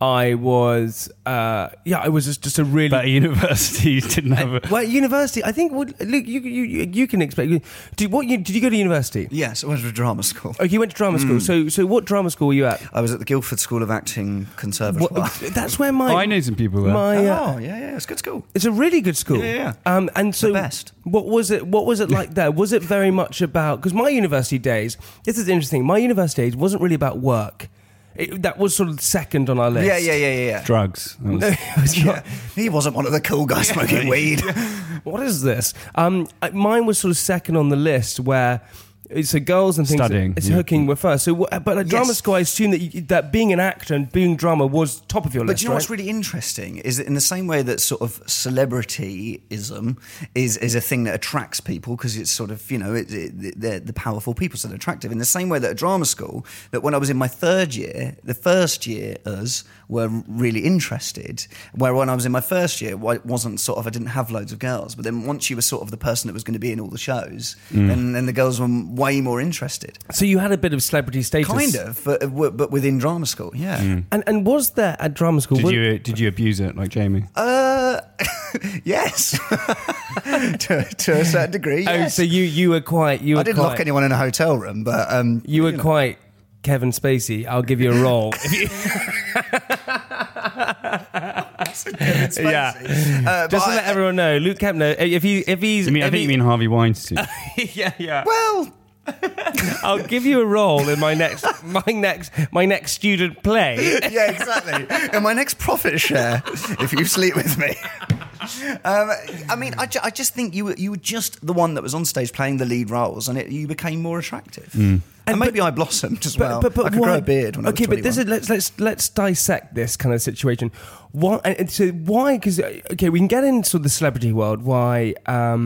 [SPEAKER 1] I was, uh, yeah, I was just, just a really.
[SPEAKER 2] <laughs> but at university, you didn't have a.
[SPEAKER 1] <laughs> well, university. I think. Would, look, you you you- you can explain. Did what? You, did you go to university?
[SPEAKER 3] Yes, I went to drama school.
[SPEAKER 1] Oh, you went to drama
[SPEAKER 2] Mm.
[SPEAKER 1] school. So so what drama school were you at?
[SPEAKER 3] I was at the Guildford School of Acting Conservatoire.
[SPEAKER 1] What, that's where my
[SPEAKER 2] Oh, I know some people there.
[SPEAKER 1] my. uh,
[SPEAKER 3] Oh yeah, yeah, it's a good school.
[SPEAKER 1] It's a really good school.
[SPEAKER 3] Yeah, yeah,
[SPEAKER 1] Um, and so,
[SPEAKER 3] best.
[SPEAKER 1] what was it? What was it like there? Was it very much about? Because my university days, this is interesting. My university days wasn't really about work. It, that was sort of second on our list.
[SPEAKER 3] Yeah, yeah, yeah, yeah, yeah.
[SPEAKER 2] drugs. That
[SPEAKER 1] <laughs>
[SPEAKER 2] was-
[SPEAKER 1] It was not-
[SPEAKER 3] <laughs> He wasn't one of the cool
[SPEAKER 1] <laughs>
[SPEAKER 3] guys smoking weed.
[SPEAKER 1] what is this? Um, I- mine was sort of second on the list where. it's So girls and things,
[SPEAKER 2] Studying,
[SPEAKER 1] it's
[SPEAKER 2] yeah.
[SPEAKER 1] hooking were first. So, wh- but at drama
[SPEAKER 3] Yes.
[SPEAKER 1] school, I assume that you, that being an actor and being drama was top of your
[SPEAKER 3] But
[SPEAKER 1] list.
[SPEAKER 3] do you know
[SPEAKER 1] right?
[SPEAKER 3] what's really interesting is that in the same way that sort of celebrityism is is a thing that attracts people because it's sort of you know it, it, they're the powerful people so they're attractive. In the same way that at drama school, that when I was in my third year, the first yearers were really interested. Where when I was in my first year, wa- it wasn't sort of I didn't have loads of girls. But then once you were sort of the person that was going to be in all the shows, then then the girls were way more interested.
[SPEAKER 1] so you had a bit of celebrity status,
[SPEAKER 3] Kind of, but, uh, but within drama school, yeah.
[SPEAKER 1] And and was there at drama school?
[SPEAKER 2] Did
[SPEAKER 1] was-
[SPEAKER 2] you did you abuse it like Jamie?
[SPEAKER 3] Uh, yes, <laughs> to, to a certain degree.
[SPEAKER 1] Oh,
[SPEAKER 3] Yes.
[SPEAKER 1] so you you were quite you were
[SPEAKER 3] I didn't
[SPEAKER 1] quite,
[SPEAKER 3] lock anyone in a hotel room, but um,
[SPEAKER 1] You were quite Kevin Spacey. I'll give you a
[SPEAKER 2] <laughs>
[SPEAKER 1] role.
[SPEAKER 3] yeah. Uh, but
[SPEAKER 1] Just to
[SPEAKER 3] I-
[SPEAKER 1] let everyone know, Luke Kempner. If he if he's
[SPEAKER 2] You mean, I
[SPEAKER 1] if
[SPEAKER 2] think
[SPEAKER 1] he-
[SPEAKER 2] you mean Harvey
[SPEAKER 3] uh,
[SPEAKER 2] Weinstein.
[SPEAKER 1] <laughs> yeah yeah.
[SPEAKER 3] well,
[SPEAKER 1] I'll give you a role in my next my next my next student play.
[SPEAKER 3] yeah, exactly. and my next profit share, if you sleep with me. Um, I mean, I, ju- I just think you were you were just the one that was on stage playing the lead roles, and it, you became more attractive. And,
[SPEAKER 1] And-
[SPEAKER 3] maybe I blossomed as well. I could
[SPEAKER 1] why-
[SPEAKER 3] grow a beard when
[SPEAKER 1] okay,
[SPEAKER 3] I was
[SPEAKER 1] but
[SPEAKER 3] 21.
[SPEAKER 1] this is, let's let's let's dissect this kind of situation. Why? And and so why? Because okay, we can get into sort of the celebrity world. Why? Um,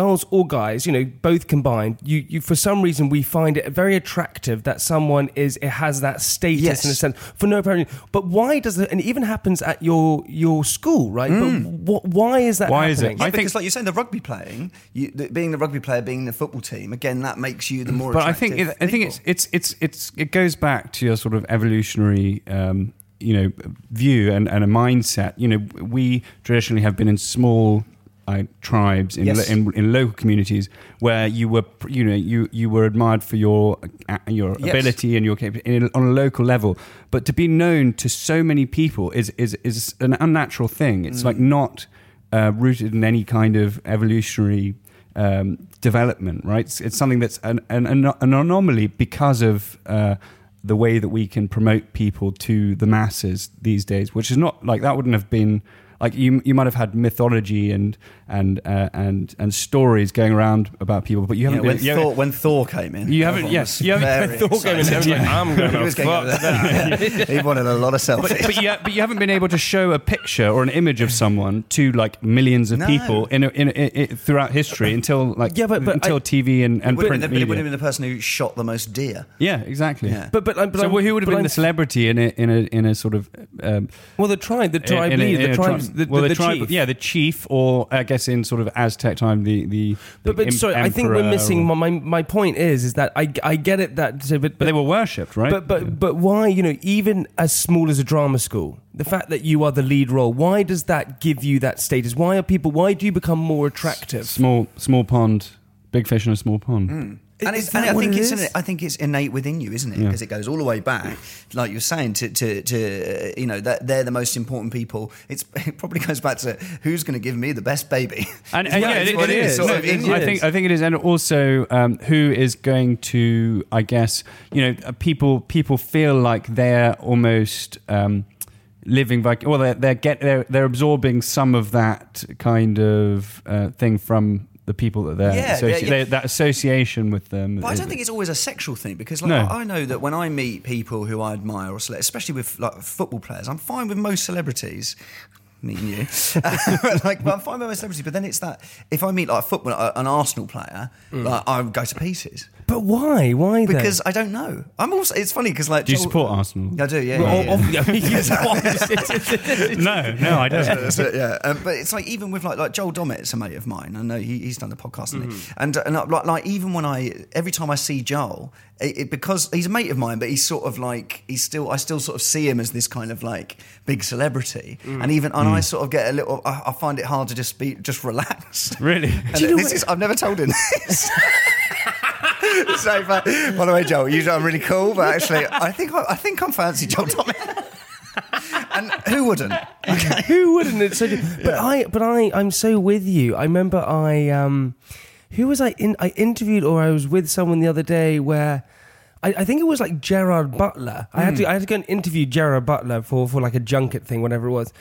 [SPEAKER 1] girls or guys, you know, both combined. You, you for some reason we find it very attractive that someone is it has that status
[SPEAKER 3] Yes.
[SPEAKER 1] in a sense for no apparent. But why does it? And it even happens at your your school, right?
[SPEAKER 3] Mm.
[SPEAKER 1] But wh- why is that?
[SPEAKER 2] Why is it?
[SPEAKER 1] happening?
[SPEAKER 3] yeah,
[SPEAKER 2] I think-
[SPEAKER 3] because like you're saying, the rugby playing, you, the, being the rugby player, being the football team, again, that makes you the more.
[SPEAKER 2] but I think it,
[SPEAKER 3] attractive
[SPEAKER 2] I think
[SPEAKER 3] people.
[SPEAKER 2] it's it's it's it's it goes back to your sort of evolutionary. Um, you know, view and, and a mindset. You know, we traditionally have been in small uh, tribes in,
[SPEAKER 3] Yes.
[SPEAKER 2] in in local communities where you were, pr- you know, you you were admired for your uh, your
[SPEAKER 3] Yes.
[SPEAKER 2] ability and your capability on a local level. But to be known to so many people is is is an unnatural thing. It's like not uh, rooted in any kind of evolutionary um, development, right? It's, it's something that's an, an, an an anomaly because of uh, the way that we can promote people to the masses these days, which is not like that wouldn't have been. Like you, you might have had mythology and and uh, and and stories going around about people, but you
[SPEAKER 3] Yeah,
[SPEAKER 2] haven't.
[SPEAKER 3] when,
[SPEAKER 2] been, you haven't-
[SPEAKER 3] Thor, when Thor came in,
[SPEAKER 2] You haven't-
[SPEAKER 3] everyone
[SPEAKER 2] yes,
[SPEAKER 3] was
[SPEAKER 2] you haven't-
[SPEAKER 3] very
[SPEAKER 1] Thor came in
[SPEAKER 3] excited.
[SPEAKER 1] and was like, "I'm gonna
[SPEAKER 3] <laughs> He was going
[SPEAKER 1] fuck
[SPEAKER 3] over there. <laughs> he wanted a lot of selfies.
[SPEAKER 2] but, but, yeah, but you haven't been able to show a picture or an image of someone to like millions of
[SPEAKER 3] No.
[SPEAKER 2] people in, a, in, a, in a- throughout history until like
[SPEAKER 1] Yeah, but- but
[SPEAKER 2] until
[SPEAKER 1] I-
[SPEAKER 2] TV and, and
[SPEAKER 3] Wouldn't
[SPEAKER 2] print
[SPEAKER 3] have been-
[SPEAKER 2] media.
[SPEAKER 3] it would have been the person who shot the most deer.
[SPEAKER 2] yeah, exactly.
[SPEAKER 3] Yeah.
[SPEAKER 1] But but, I'm- but
[SPEAKER 2] so
[SPEAKER 1] I'm-
[SPEAKER 2] who would have
[SPEAKER 1] but
[SPEAKER 2] been
[SPEAKER 1] I'm-
[SPEAKER 2] the celebrity in a in a in a sort of um,
[SPEAKER 1] Well, the tribe, the tribe,
[SPEAKER 2] in a-
[SPEAKER 1] leader,
[SPEAKER 2] in
[SPEAKER 1] the
[SPEAKER 2] a
[SPEAKER 1] tribe,
[SPEAKER 2] tribe-
[SPEAKER 1] the,
[SPEAKER 2] well,
[SPEAKER 1] the, the
[SPEAKER 2] tribe,
[SPEAKER 1] chief.
[SPEAKER 2] yeah, the chief, or I guess in sort of Aztec time, the the.
[SPEAKER 1] But,
[SPEAKER 2] the
[SPEAKER 1] but sorry, I think we're
[SPEAKER 2] emperor
[SPEAKER 1] missing.
[SPEAKER 2] or-
[SPEAKER 1] My, my my point is is that I I get it that so, but
[SPEAKER 2] but
[SPEAKER 1] but
[SPEAKER 2] they were worshipped, right?
[SPEAKER 1] but, but but why you know even as small as a drama school, the fact that you are the lead role, why does that give you that status? Why are people? Why do you become more attractive?
[SPEAKER 2] small small pond, big fish in a small pond.
[SPEAKER 1] Mm.
[SPEAKER 3] And,
[SPEAKER 1] Is
[SPEAKER 3] it's, and
[SPEAKER 1] that
[SPEAKER 3] I
[SPEAKER 1] what
[SPEAKER 3] think
[SPEAKER 1] it
[SPEAKER 3] it's
[SPEAKER 1] is?
[SPEAKER 3] in, I think it's innate within you, isn't it?
[SPEAKER 2] Yeah.
[SPEAKER 3] Because it goes all the way back, like you were saying, to to, to uh, you know that they're the most important people. It's <laughs> it probably goes back to who's going to give me the best baby. <laughs>
[SPEAKER 2] And, and
[SPEAKER 3] Yeah,
[SPEAKER 2] yeah,
[SPEAKER 3] it's
[SPEAKER 2] it-
[SPEAKER 3] what
[SPEAKER 2] it
[SPEAKER 3] it
[SPEAKER 2] is.
[SPEAKER 3] is.
[SPEAKER 2] No,
[SPEAKER 3] It is.
[SPEAKER 2] I think I think it is, and also um, who is going to? I guess you know uh, people people feel like they're almost um, living vic- well they're they're, get, they're they're absorbing some of that kind of uh, thing from the people that they're
[SPEAKER 3] Yeah,
[SPEAKER 2] associ-
[SPEAKER 3] yeah, yeah.
[SPEAKER 2] they- that association with them.
[SPEAKER 3] But I don't think it's always a sexual thing because, like,
[SPEAKER 2] No.
[SPEAKER 3] I I know that when I meet people who I admire or select, especially with like football players, I'm fine with most celebrities. Me and you, <laughs> like, but I'm fine with most celebrities. But then it's that if I meet like a football, uh, an Arsenal player,
[SPEAKER 2] Mm.
[SPEAKER 3] like, I go to pieces
[SPEAKER 1] But why? Why then?
[SPEAKER 3] because I don't know. I'm also. It's funny because like,
[SPEAKER 2] Do you
[SPEAKER 3] Joel-
[SPEAKER 2] support Arsenal?
[SPEAKER 3] I do. Yeah.
[SPEAKER 1] Well,
[SPEAKER 3] yeah, yeah.
[SPEAKER 1] ob- ob- <laughs> yeah.
[SPEAKER 2] no, no, I don't.
[SPEAKER 3] That's it, yeah, um, but it's like even with like like Joel Dommett's a mate of mine. I know he, he's done the podcast, hasn't he? and and uh, like, like even when I every time I see Joel, it, it- because he's a mate of mine, but he's sort of like he's still I still sort of see him as this kind of like big celebrity, and even and I sort of get a little I, I find it hard to just be just relax.
[SPEAKER 2] <laughs> <laughs>
[SPEAKER 3] <laughs>
[SPEAKER 2] Really?
[SPEAKER 3] And this is, I've never told him this. <laughs> so, but, by the way, Joel, you know I'm really cool, but actually, I think I, I think I'm fancy Joel Dommett. <laughs> and who wouldn't? <laughs>
[SPEAKER 1] <laughs> who wouldn't? It's so, but I, but I, I'm so with you. I remember I, um, who was I in? I interviewed or I was with someone the other day where. I, I think it was like Gerard Butler. I
[SPEAKER 3] Hmm.
[SPEAKER 1] had to I had to go and interview Gerard Butler for, for like a junket thing, whatever it was.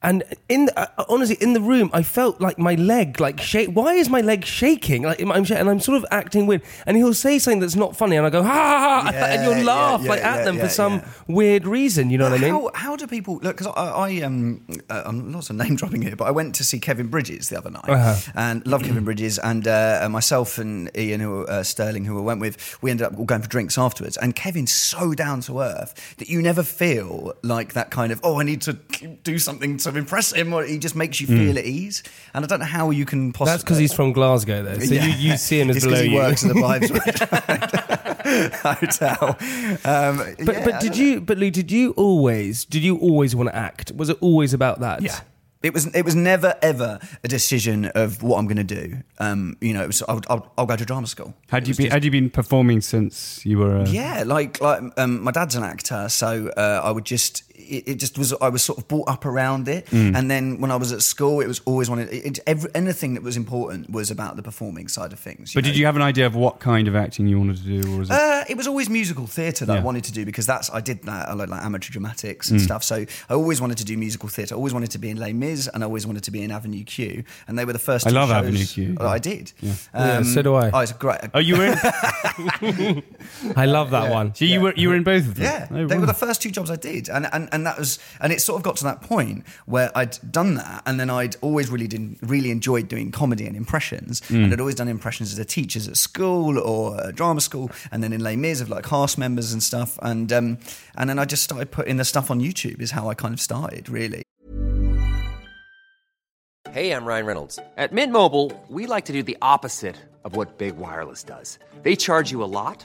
[SPEAKER 1] And in the, uh, honestly, in the room, I felt like my leg like shake. Why is my leg shaking? Like I'm sh- and I'm sort of acting weird. And he'll say something that's not funny, and I go ha ha, ha <laughs> and
[SPEAKER 3] Yeah,
[SPEAKER 1] you'll
[SPEAKER 3] yeah,
[SPEAKER 1] laugh
[SPEAKER 3] yeah,
[SPEAKER 1] like at
[SPEAKER 3] yeah,
[SPEAKER 1] them
[SPEAKER 3] yeah,
[SPEAKER 1] for some
[SPEAKER 3] yeah.
[SPEAKER 1] weird reason. You know what I mean?
[SPEAKER 3] How, how do people look? Because I, I um, uh, I'm lots of name dropping here, but I went to see Kevin Bridges the other night,
[SPEAKER 1] Uh-huh.
[SPEAKER 3] and love Kevin Bridges, and uh, uh, myself and Ian who, uh, Sterling, who I went with, we ended up all going for drinks afterwards. And Kevin's so down to earth that you never feel like that kind of oh, I need to do something to impress him, or he just makes you feel at ease. And I don't know how you can possibly.
[SPEAKER 1] Hmm. That's because he's from Glasgow, though. So
[SPEAKER 3] Yeah.
[SPEAKER 1] you, you see him as
[SPEAKER 3] <laughs> It's 'cause
[SPEAKER 1] below
[SPEAKER 3] he
[SPEAKER 1] you.
[SPEAKER 3] works in the
[SPEAKER 1] <laughs>
[SPEAKER 3] vibes Right <laughs> hotel. Um,
[SPEAKER 1] But
[SPEAKER 3] yeah, I
[SPEAKER 1] but
[SPEAKER 3] don't
[SPEAKER 1] did you? But Lou, did you always? Did you always want to act? Was it always about that?
[SPEAKER 3] Yeah. It was it was never ever a decision of what I'm going to do. Um, you know, it was, I would, I'll, I'll go to drama school.
[SPEAKER 2] Had you been had you been performing since you were? Uh,
[SPEAKER 3] Yeah, like like um, my dad's an actor, so uh, I would just it, it just was I was sort of brought up around it.
[SPEAKER 2] Mm.
[SPEAKER 3] And then when I was at school, it was always wanted it, it, every, anything that was important was about the performing side of things.
[SPEAKER 2] But
[SPEAKER 3] know.
[SPEAKER 2] did you have an idea of what kind of acting you wanted to do, or was it?
[SPEAKER 3] Uh, it was always musical theatre that
[SPEAKER 2] Yeah. Mm.
[SPEAKER 3] I wanted to do because that's I did that I like, like amateur dramatics and stuff. So I always wanted to do musical theatre. I always wanted to be in Les Mis. is, and I always wanted to be in Avenue Q. And they were the first.
[SPEAKER 2] I
[SPEAKER 3] two
[SPEAKER 2] love
[SPEAKER 3] shows
[SPEAKER 2] Avenue Q.
[SPEAKER 3] that I did.
[SPEAKER 1] Yeah, so do I.
[SPEAKER 3] Oh, it's great.
[SPEAKER 2] Oh, you were
[SPEAKER 3] <laughs>
[SPEAKER 2] in.
[SPEAKER 1] I love that one.
[SPEAKER 2] so you were you were in both of them.
[SPEAKER 3] Yeah,
[SPEAKER 2] Oh,
[SPEAKER 3] they
[SPEAKER 2] wow.
[SPEAKER 3] were the first two jobs I did, and, and and that was and it sort of got to that point where I'd done that, and then I'd always really didn't really enjoyed doing comedy and impressions, and I'd always done impressions as a teachers at school or at drama school, and then in Les Mis of like cast members and stuff, and um and then I just started putting the stuff on YouTube is how I kind of started really.
[SPEAKER 4] Hey, I'm Ryan Reynolds. At Mint Mobile, we like to do the opposite of what Big Wireless does. They charge you a lot,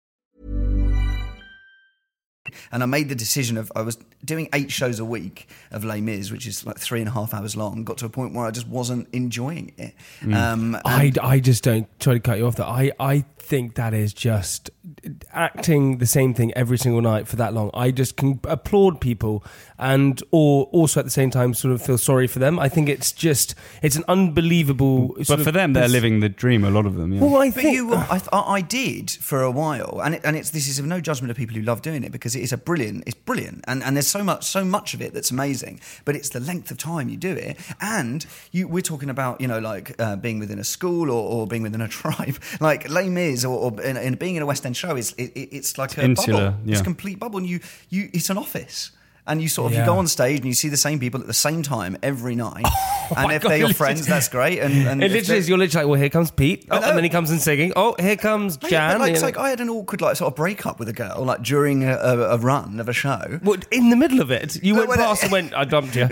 [SPEAKER 3] and I made the decision of I was doing eight shows a week of Les Mis, which is like three and a half hours long. Got to a point where I just wasn't enjoying it. Um,
[SPEAKER 1] I, I just don't try to cut you off that I, I think that is just acting the same thing every single night for that long I just can applaud people and or also at the same time sort of feel sorry for them I think it's just it's an unbelievable sort
[SPEAKER 2] But
[SPEAKER 1] of-
[SPEAKER 2] for them, they're
[SPEAKER 1] this-
[SPEAKER 2] living the dream. A lot of them. Yeah.
[SPEAKER 1] well I
[SPEAKER 3] But
[SPEAKER 1] think
[SPEAKER 3] you, were- I, I I did for a while, and it, and it's this is of no judgment of people who love doing it because it is a brilliant, it's brilliant, and, and there's so much, so much of it that's amazing. But it's the length of time you do it, and you we're talking about you know like uh, being within a school or, or being within a <laughs> tribe, like Les Mis or, or in, in being in a West End show is it, it, it's like a
[SPEAKER 2] insular,
[SPEAKER 3] bubble, it's
[SPEAKER 2] yeah.
[SPEAKER 3] a complete bubble, and you you it's an office. And you sort of
[SPEAKER 1] Yeah.
[SPEAKER 3] you go on stage and you see the same people at the same time every
[SPEAKER 1] <laughs>
[SPEAKER 3] night, and
[SPEAKER 1] Oh my
[SPEAKER 3] if
[SPEAKER 1] God,
[SPEAKER 3] they're your
[SPEAKER 1] it
[SPEAKER 3] friends,
[SPEAKER 1] literally-
[SPEAKER 3] that's great. And,
[SPEAKER 1] <laughs>
[SPEAKER 3] and
[SPEAKER 1] it
[SPEAKER 3] if
[SPEAKER 1] literally
[SPEAKER 3] they're-
[SPEAKER 1] is you're literally like well here comes Pete oh,
[SPEAKER 3] know.
[SPEAKER 1] and then he comes in singing oh here comes
[SPEAKER 3] Mate,
[SPEAKER 1] Jan
[SPEAKER 3] but, like,
[SPEAKER 1] you
[SPEAKER 3] it's
[SPEAKER 1] know.
[SPEAKER 3] like I had an awkward like sort of breakup with a girl like during a, a, a run of a show. <laughs>
[SPEAKER 1] Well, in the middle of it you
[SPEAKER 3] No,
[SPEAKER 1] went
[SPEAKER 3] when I-
[SPEAKER 1] past and went I dumped you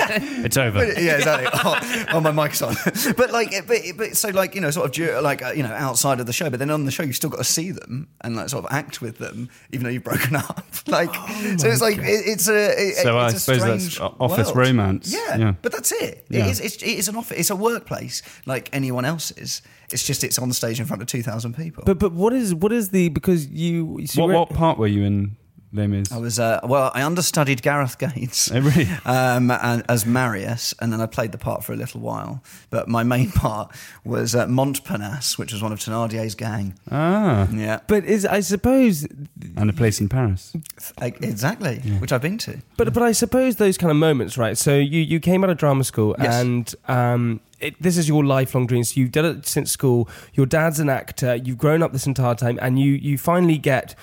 [SPEAKER 2] it's over.
[SPEAKER 3] yeah, exactly. oh, oh, my mic's on. <laughs> but like, it- but, but so like you know, sort of dur- like uh, you know, outside of the show, but then on the show, you've still got to see them and like sort of act with them, even though you've broken <laughs> up. like, so it's like it, it's a. It,
[SPEAKER 2] So I
[SPEAKER 3] it's a
[SPEAKER 2] suppose that's
[SPEAKER 3] strange
[SPEAKER 2] o- office
[SPEAKER 3] world.
[SPEAKER 2] romance.
[SPEAKER 3] Yeah,
[SPEAKER 2] Yeah.
[SPEAKER 3] but that's it.
[SPEAKER 2] Yeah.
[SPEAKER 3] It is. It's, it is an office. It's a workplace like anyone else's. It's just it's on stage in front of two thousand people.
[SPEAKER 1] but but what is what is the because you so
[SPEAKER 2] What
[SPEAKER 1] you're-
[SPEAKER 2] what part were you in? Les Mis?
[SPEAKER 3] I was uh, well. I understudied Gareth Gates.
[SPEAKER 2] Oh, really?
[SPEAKER 3] Um, and, as Marius, and then I played the part for a little while. But my main <laughs> part was uh, Montparnasse, which was one of Thenardier's gang.
[SPEAKER 2] ah,
[SPEAKER 3] Yeah,
[SPEAKER 1] but is I suppose
[SPEAKER 2] and a place in Paris.
[SPEAKER 3] like, exactly. Which I've been to.
[SPEAKER 1] But but I suppose those kind of moments, right? So you you came out of drama school,
[SPEAKER 3] Yes.
[SPEAKER 1] and um, it, this is your lifelong dream. So you've done it since school. Your dad's an actor. You've grown up this entire time, and you you finally get.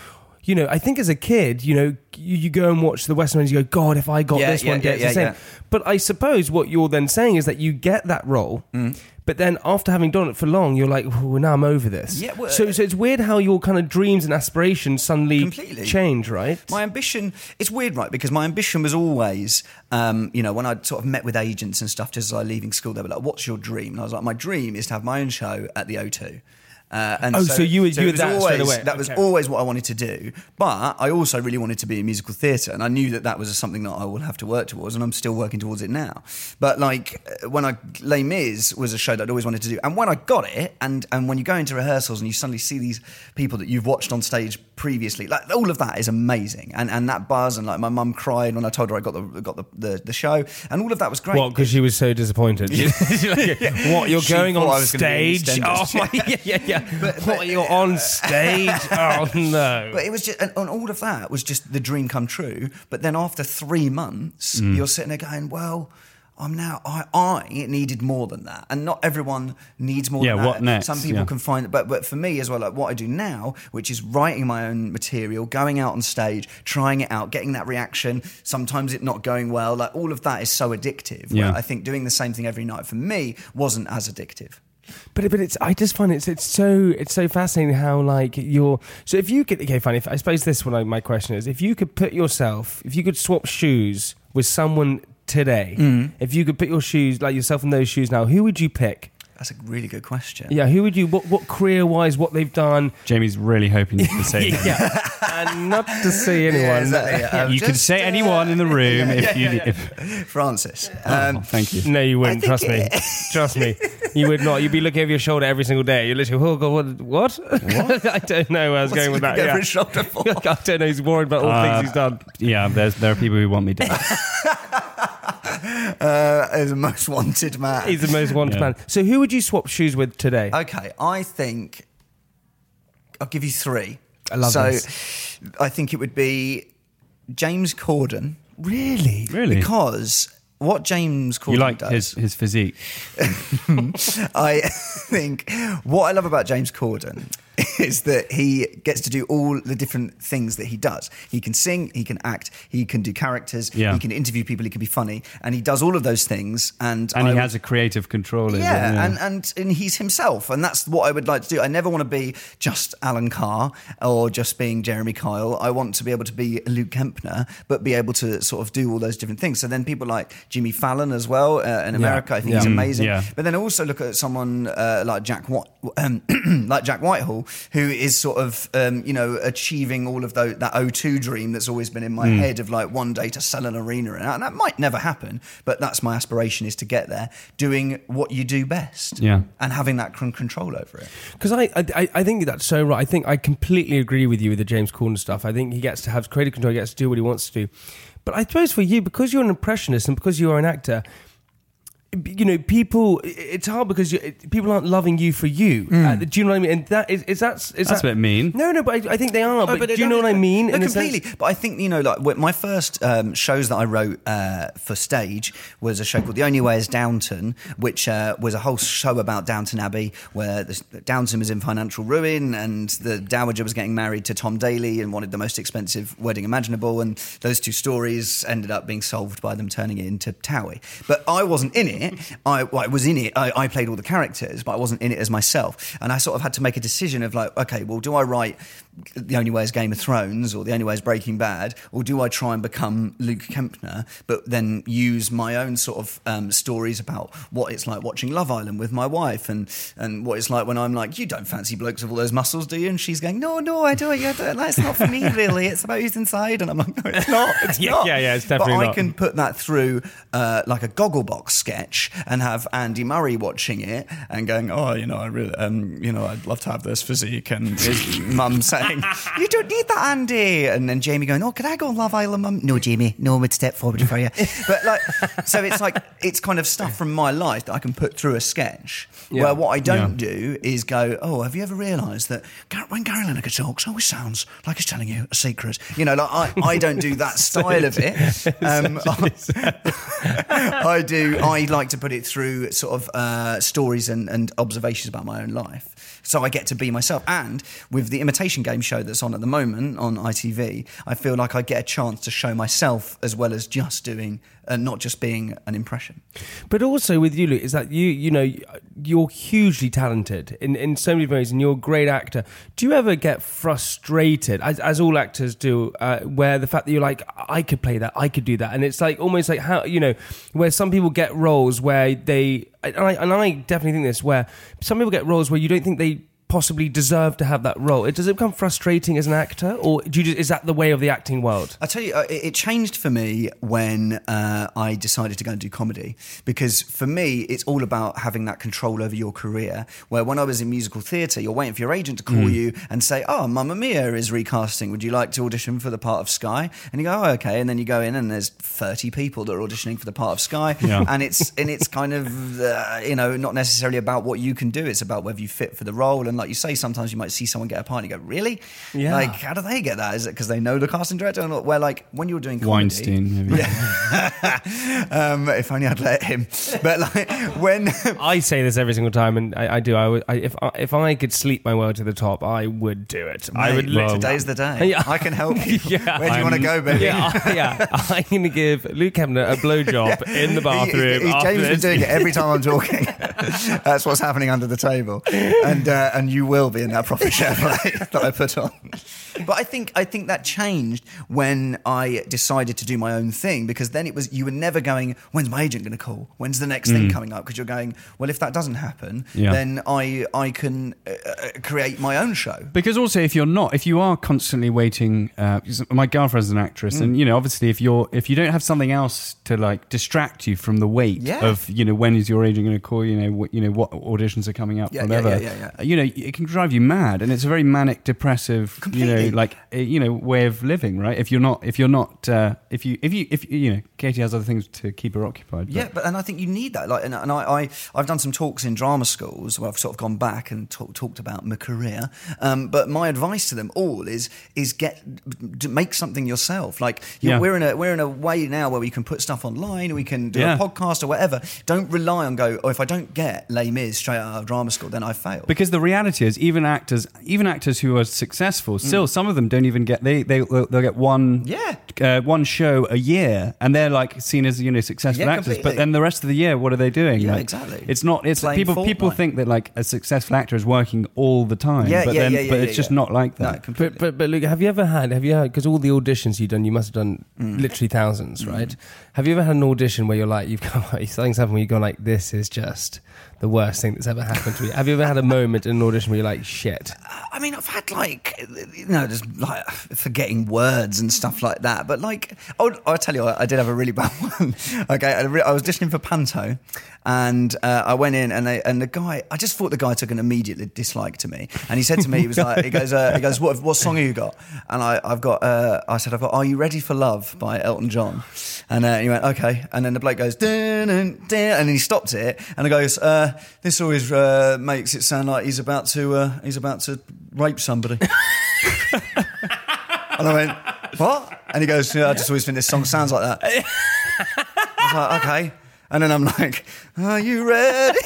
[SPEAKER 1] You know, I think as a kid, you know, you, you go and watch the Western Ones, you go, God, if I got
[SPEAKER 3] Yeah,
[SPEAKER 1] this
[SPEAKER 3] yeah,
[SPEAKER 1] one day,
[SPEAKER 3] yeah,
[SPEAKER 1] it's
[SPEAKER 3] yeah,
[SPEAKER 1] the same.
[SPEAKER 3] yeah.
[SPEAKER 1] But I suppose what you're then saying is that you get that role,
[SPEAKER 3] Mm.
[SPEAKER 1] but then after having done it for long, you're like, well, now I'm over this.
[SPEAKER 3] Yeah, well- uh,
[SPEAKER 1] so, so it's weird how your kind of dreams and aspirations suddenly
[SPEAKER 3] Completely.
[SPEAKER 1] change, right?
[SPEAKER 3] My ambition, it's weird, right? Because my ambition was always, um, you know, when I sort of met with agents and stuff just as I was leaving school, they were like, what's your dream? And I was like, my dream is to have my own show at the O2. Uh, and
[SPEAKER 1] Oh, so you were- you
[SPEAKER 3] it
[SPEAKER 1] were
[SPEAKER 3] was
[SPEAKER 1] that straight
[SPEAKER 3] always,
[SPEAKER 1] away.
[SPEAKER 3] That was
[SPEAKER 1] Okay.
[SPEAKER 3] always what I wanted to do. But I also really wanted to be in musical theatre. And I knew that that was something that I would have to work towards. And I'm still working towards it now. But like uh, when I, Les Mis was a show that I'd always wanted to do. And when I got it, and, and when you go into rehearsals and you suddenly see these people that you've watched on stage previously, like all of that is amazing. And, and that buzz, and like my mum cried when I told her I got the, got the, the, the show. And all of that was great.
[SPEAKER 1] What? Because she was so
[SPEAKER 3] <laughs>
[SPEAKER 1] disappointed. <laughs> What? You're
[SPEAKER 3] She
[SPEAKER 1] going
[SPEAKER 3] thought I
[SPEAKER 1] on
[SPEAKER 3] was gonna be in
[SPEAKER 1] stage? Oh
[SPEAKER 3] EastEnders.
[SPEAKER 1] my! Yeah, yeah, yeah.
[SPEAKER 3] <laughs> But-
[SPEAKER 1] what?
[SPEAKER 3] but- uh,
[SPEAKER 1] You're on
[SPEAKER 3] <laughs>
[SPEAKER 1] stage? Oh no!
[SPEAKER 3] But it was just, and, and all of that was just the dream come true. But then after three months,
[SPEAKER 2] Mm.
[SPEAKER 3] you're sitting there going, well, I'm now, I, I needed more than that. And not everyone needs more
[SPEAKER 2] Yeah,
[SPEAKER 3] than
[SPEAKER 2] what
[SPEAKER 3] that.
[SPEAKER 2] next?
[SPEAKER 3] Some people
[SPEAKER 2] Yeah.
[SPEAKER 3] can find, but, but for me as well, like what I do now, which is writing my own material, going out on stage, trying it out, getting that reaction, sometimes it not going well, like all of that is so addictive. where
[SPEAKER 2] Yeah.
[SPEAKER 3] I think doing the same thing every night for me wasn't as addictive.
[SPEAKER 1] But but it's I just find it's it's so it's so fascinating how like you're so if you could okay fine if I suppose this one like, my question is if you could put yourself if you could swap shoes
[SPEAKER 3] Mm.
[SPEAKER 1] with someone today if you could put your shoes like yourself in those shoes now who would you pick
[SPEAKER 3] That's a really good question.
[SPEAKER 1] Yeah, who would you? What, what career wise, what they've
[SPEAKER 3] <laughs>
[SPEAKER 1] done?
[SPEAKER 2] Jamie's really hoping you can say that.
[SPEAKER 1] Yeah, and not to see anyone. <laughs>
[SPEAKER 3] Yeah, exactly, yeah. Um,
[SPEAKER 2] You can
[SPEAKER 3] just,
[SPEAKER 2] say
[SPEAKER 3] uh,
[SPEAKER 2] anyone in the room if you. If,
[SPEAKER 3] Francis.
[SPEAKER 2] oh,
[SPEAKER 3] Um,
[SPEAKER 2] thank you.
[SPEAKER 1] No, you wouldn't.
[SPEAKER 3] I
[SPEAKER 1] Trust
[SPEAKER 3] think
[SPEAKER 1] me. Trust me. You would not. You'd be looking over your shoulder every single day. You're literally, oh god, what? what? <laughs> I don't know where I was going
[SPEAKER 3] <laughs>
[SPEAKER 1] with that.
[SPEAKER 3] Go for
[SPEAKER 1] Yeah.
[SPEAKER 3] his
[SPEAKER 2] <laughs>
[SPEAKER 3] shoulder for.
[SPEAKER 1] <laughs> I don't know. He's worried about all the
[SPEAKER 2] Uh,
[SPEAKER 1] things he's done.
[SPEAKER 2] Yeah, there's, there are people who want me dead.
[SPEAKER 3] uh, as a most wanted man.
[SPEAKER 1] He's the most wanted
[SPEAKER 2] Yeah.
[SPEAKER 1] man. So who would you swap shoes with today?
[SPEAKER 3] Okay, I think I'll give you three. I
[SPEAKER 1] love
[SPEAKER 3] so
[SPEAKER 1] this.
[SPEAKER 3] I think it would be James Corden. <laughs> Really?
[SPEAKER 2] Really?
[SPEAKER 3] Because what James Corden
[SPEAKER 2] you like
[SPEAKER 3] does,
[SPEAKER 2] his, his physique.
[SPEAKER 3] <laughs> I think what I love about James Corden <laughs> is that he gets to do all the different things that he does. He can sing, he can act, he can do characters,
[SPEAKER 2] Yeah.
[SPEAKER 3] he can interview people, he can be funny, and he does all of those things. And
[SPEAKER 2] And
[SPEAKER 3] I
[SPEAKER 2] he
[SPEAKER 3] would-
[SPEAKER 2] has a creative control. over it,
[SPEAKER 3] yeah, And, and and he's himself, and that's what I would like to do. I never want to be just Alan Carr or just being Jeremy Kyle. I want to be able to be Luke Kempner, but be able to sort of do all those different things. So then people like Jimmy Fallon as well uh, in America, I think he's
[SPEAKER 2] Yeah. Mm,
[SPEAKER 3] amazing.
[SPEAKER 2] yeah.
[SPEAKER 3] But then also look at someone uh, like Jack White, um, like Jack Whitehall, who is sort of um, you know achieving all of tho- that O2 dream that's always been in my head of like one day to sell an arena, and that, and that might never happen, but that's my aspiration is to get there, doing what you do best,
[SPEAKER 2] Yeah.
[SPEAKER 3] and having that con- control over it.
[SPEAKER 1] Because I, I- I, I think that's so right. I think I completely agree with you with the James Corden stuff. I think he gets to have creative control, he gets to do what he wants to do. But I suppose for you, because you're an impressionist and because you are an actor, you know, people. i- It's hard because you, it- people aren't loving you for you. Uh, do you know what I mean? And that is, is that is
[SPEAKER 2] That's
[SPEAKER 1] that,
[SPEAKER 2] a bit mean.
[SPEAKER 1] No, no, but I, I think they are. but,
[SPEAKER 3] No, Oh, it-
[SPEAKER 1] do you know what I mean?
[SPEAKER 3] No,
[SPEAKER 1] In a sense-
[SPEAKER 3] completely. But I think you know, like wh- my first um, shows that I wrote uh, for stage was a show called The Only Way Is Downton, which uh, was a whole show about Downton Abbey, where this, Downton was in financial ruin, and the dowager was getting married to Tom Daly and wanted the most expensive wedding imaginable, and those two stories ended up being solved by them turning it into Towie. But I wasn't in it. I, well, I was in it. I, I played all the characters, but I wasn't in it as myself, and I sort of had to make a decision of like, okay, well, do I write the only way is Game of Thrones or the only way is Breaking Bad, or do I try and become Luke Kempner, but then use my own sort of um, stories about what it's like watching Love Island with my wife and, and what it's like when I'm like, you don't fancy blokes with all those muscles, do you? And she's going, no, no, I don't. Yeah, that- that's not for me, really. It's about who's inside. And I'm like, no, it's not.
[SPEAKER 1] <laughs>
[SPEAKER 3] It's
[SPEAKER 1] Yeah,
[SPEAKER 3] not.
[SPEAKER 1] yeah, yeah, it's
[SPEAKER 3] but
[SPEAKER 1] definitely
[SPEAKER 3] I
[SPEAKER 1] not.
[SPEAKER 3] can put that through uh, like a Gogglebox sketch and have Andy Murray watching it and going, "Oh, you know, I really, um, you know, I'd love to have this physique." And his <laughs> mum saying, "You don't need that, Andy." And then Jamie going, "Oh, can I go on Love Island, mum?" No, Jamie, no one would step forward for you. But like, so it's like it's kind of stuff from my life that I can put through a sketch. Where what I don't do is go, "Oh, have you ever realised that Gar- when Gary Lineker talks, it always sounds like he's telling you a secret?" You know, like I, I don't do that style of it. Um, <laughs> I do. I like to put it through sort of uh, stories and, and observations about my own life. So I get to be myself. And with the imitation game show that's on at the moment on ITV, I feel like I get a chance to show myself as well as just doing, uh, not just being an impression.
[SPEAKER 1] But also with you, Luke, is that you, you know, you're hugely talented in, in so many ways and you're a great actor. Do you ever get frustrated, as, as all actors do, uh, where the fact that you're like, I could play that, I could do that? And it's like almost like how, you know, where some people get roles where they, and I, and I definitely think this, where some people get roles where you don't think they possibly deserve to have that role. It, does it become frustrating as an actor or do you just, is that the way of the acting world?
[SPEAKER 3] I tell you, uh, it it changed for me when uh, I decided to go and do comedy because for me, it's all about having that control over your career. Where when I was in musical theatre, you're waiting for your agent to call you and say, "Oh, Mamma Mia is recasting. Would you like to audition for the part of Sky?" And you go, "Oh, okay." And then you go in, and there's 30 people that are auditioning for the part of Sky,
[SPEAKER 2] Yeah.
[SPEAKER 3] and it's and it's kind of uh, you know not necessarily about what you can do. It's about whether you fit for the role. And like you say, sometimes you might see someone get a part, and you go, "Really?"
[SPEAKER 1] Yeah.
[SPEAKER 3] Like how do they get that? Is it because they know the casting director? Or not? Where like when you were doing comedy,
[SPEAKER 2] Weinstein, maybe.
[SPEAKER 3] um, if only I'd let him. But like when
[SPEAKER 1] I say this every single time, and I, I do. I, would, I if I, if I could sleep my world to the top, I would do it. I would.
[SPEAKER 3] <laughs> Mate,
[SPEAKER 1] literally-
[SPEAKER 3] today's the day.
[SPEAKER 1] Yeah.
[SPEAKER 3] I can help you.
[SPEAKER 1] <laughs> Yeah.
[SPEAKER 3] Where do you want to
[SPEAKER 2] I'm-
[SPEAKER 3] go, baby?
[SPEAKER 1] <laughs> yeah, I,
[SPEAKER 3] <laughs>
[SPEAKER 1] yeah. I'm gonna give Luke Kemner a blowjob in the bathroom.
[SPEAKER 3] He, he, he,
[SPEAKER 1] after
[SPEAKER 3] James been
[SPEAKER 1] this.
[SPEAKER 3] doing it every time I'm talking. <laughs> That's <laughs> what's happening under the table, and uh, and you will be in that profit share play that I put on. But I think I think that changed when I decided to do my own thing because then it was you were never going. When's my agent going to call? When's the next thing coming up? Because you're going. Well, if that doesn't happen,
[SPEAKER 2] Yeah.
[SPEAKER 3] then I I can uh, uh, create my own show.
[SPEAKER 2] Because also, if you're not, if you are constantly waiting, uh, 'cause my girlfriend's an actress,
[SPEAKER 3] Mm.
[SPEAKER 2] and you know, obviously, if you're if you don't have something else to like distract you from the wait
[SPEAKER 3] Yeah.
[SPEAKER 2] of you know when is your agent going to call, you know, what, you know what auditions are coming up,
[SPEAKER 3] Yeah, yeah,
[SPEAKER 2] whatever,
[SPEAKER 3] yeah, yeah, yeah.
[SPEAKER 2] you know, it can drive you mad, and it's a very manic, depressive, you
[SPEAKER 3] Completely.
[SPEAKER 2] know, like uh, you know, way of living, right? If you're not, if you're not, uh, if you, if you, if you, you know, Katie has other things to keep her occupied. but-
[SPEAKER 3] Yeah, but and I think you need that. Like, and, and I, I, I've done some talks in drama schools where I've sort of gone back and talk, talked about my career. Um, but my advice to them all is is get d- make something yourself. Like, you
[SPEAKER 2] Yeah.
[SPEAKER 3] we're in a we're in a way now where we can put stuff online, we can do
[SPEAKER 2] Yeah.
[SPEAKER 3] a podcast or whatever. Don't rely on go. Oh, if I don't get Les Mis straight out of drama school, then I fail.
[SPEAKER 2] Because the reality is, even actors, even actors who are successful, still some of them don't even get they they they'll they'll get one
[SPEAKER 3] Mm. Yeah.
[SPEAKER 2] uh, one show a year, and they're like seen as you know successful
[SPEAKER 3] Yeah,
[SPEAKER 2] actors. But
[SPEAKER 3] completely.
[SPEAKER 2] then the rest of the year, what are they doing?
[SPEAKER 3] Yeah,
[SPEAKER 2] Like,
[SPEAKER 3] exactly.
[SPEAKER 2] It's not. It's
[SPEAKER 3] Playing
[SPEAKER 2] people people
[SPEAKER 3] Fortnite.
[SPEAKER 2] think that like a successful actor is working all the time.
[SPEAKER 3] yeah,
[SPEAKER 2] but
[SPEAKER 3] yeah,
[SPEAKER 2] then,
[SPEAKER 3] yeah, yeah,
[SPEAKER 2] But
[SPEAKER 3] yeah,
[SPEAKER 2] it's just
[SPEAKER 3] yeah.
[SPEAKER 2] not like
[SPEAKER 3] No,
[SPEAKER 2] that.
[SPEAKER 3] completely.
[SPEAKER 1] But, but but look, have you ever had have you had because all the auditions you've done, you must have done
[SPEAKER 3] Mm.
[SPEAKER 1] literally thousands, right? Have you ever had an audition where you're like you've come <laughs> something's happened where you've gone like this is just the worst thing that's ever happened to me. have you ever had a moment in an audition where you're like shit?
[SPEAKER 3] I mean, I've had like, you know, just like forgetting words and stuff like that. But like, oh, I'll tell you, I, I did have a really bad <laughs> one. okay, I, re- I was auditioning for Panto, and uh, I went in, and they, and the guy, I just thought the guy took an immediate dislike to me, and he said to me, he was like, <laughs> he goes, uh, he goes, what what song have you got? And I, I've got, uh, I said, I've got, Are You Ready for Love by Elton John, and uh, he went, okay, and then the bloke goes, dun, dun, dun, and he stopped it, and the guy goes, uh, this always uh, makes it sound like he's about to, uh, he's about to rape somebody. And I went, what? And he goes, yeah, I just always think this song sounds like that. I was like, okay. And then I'm like, are you ready?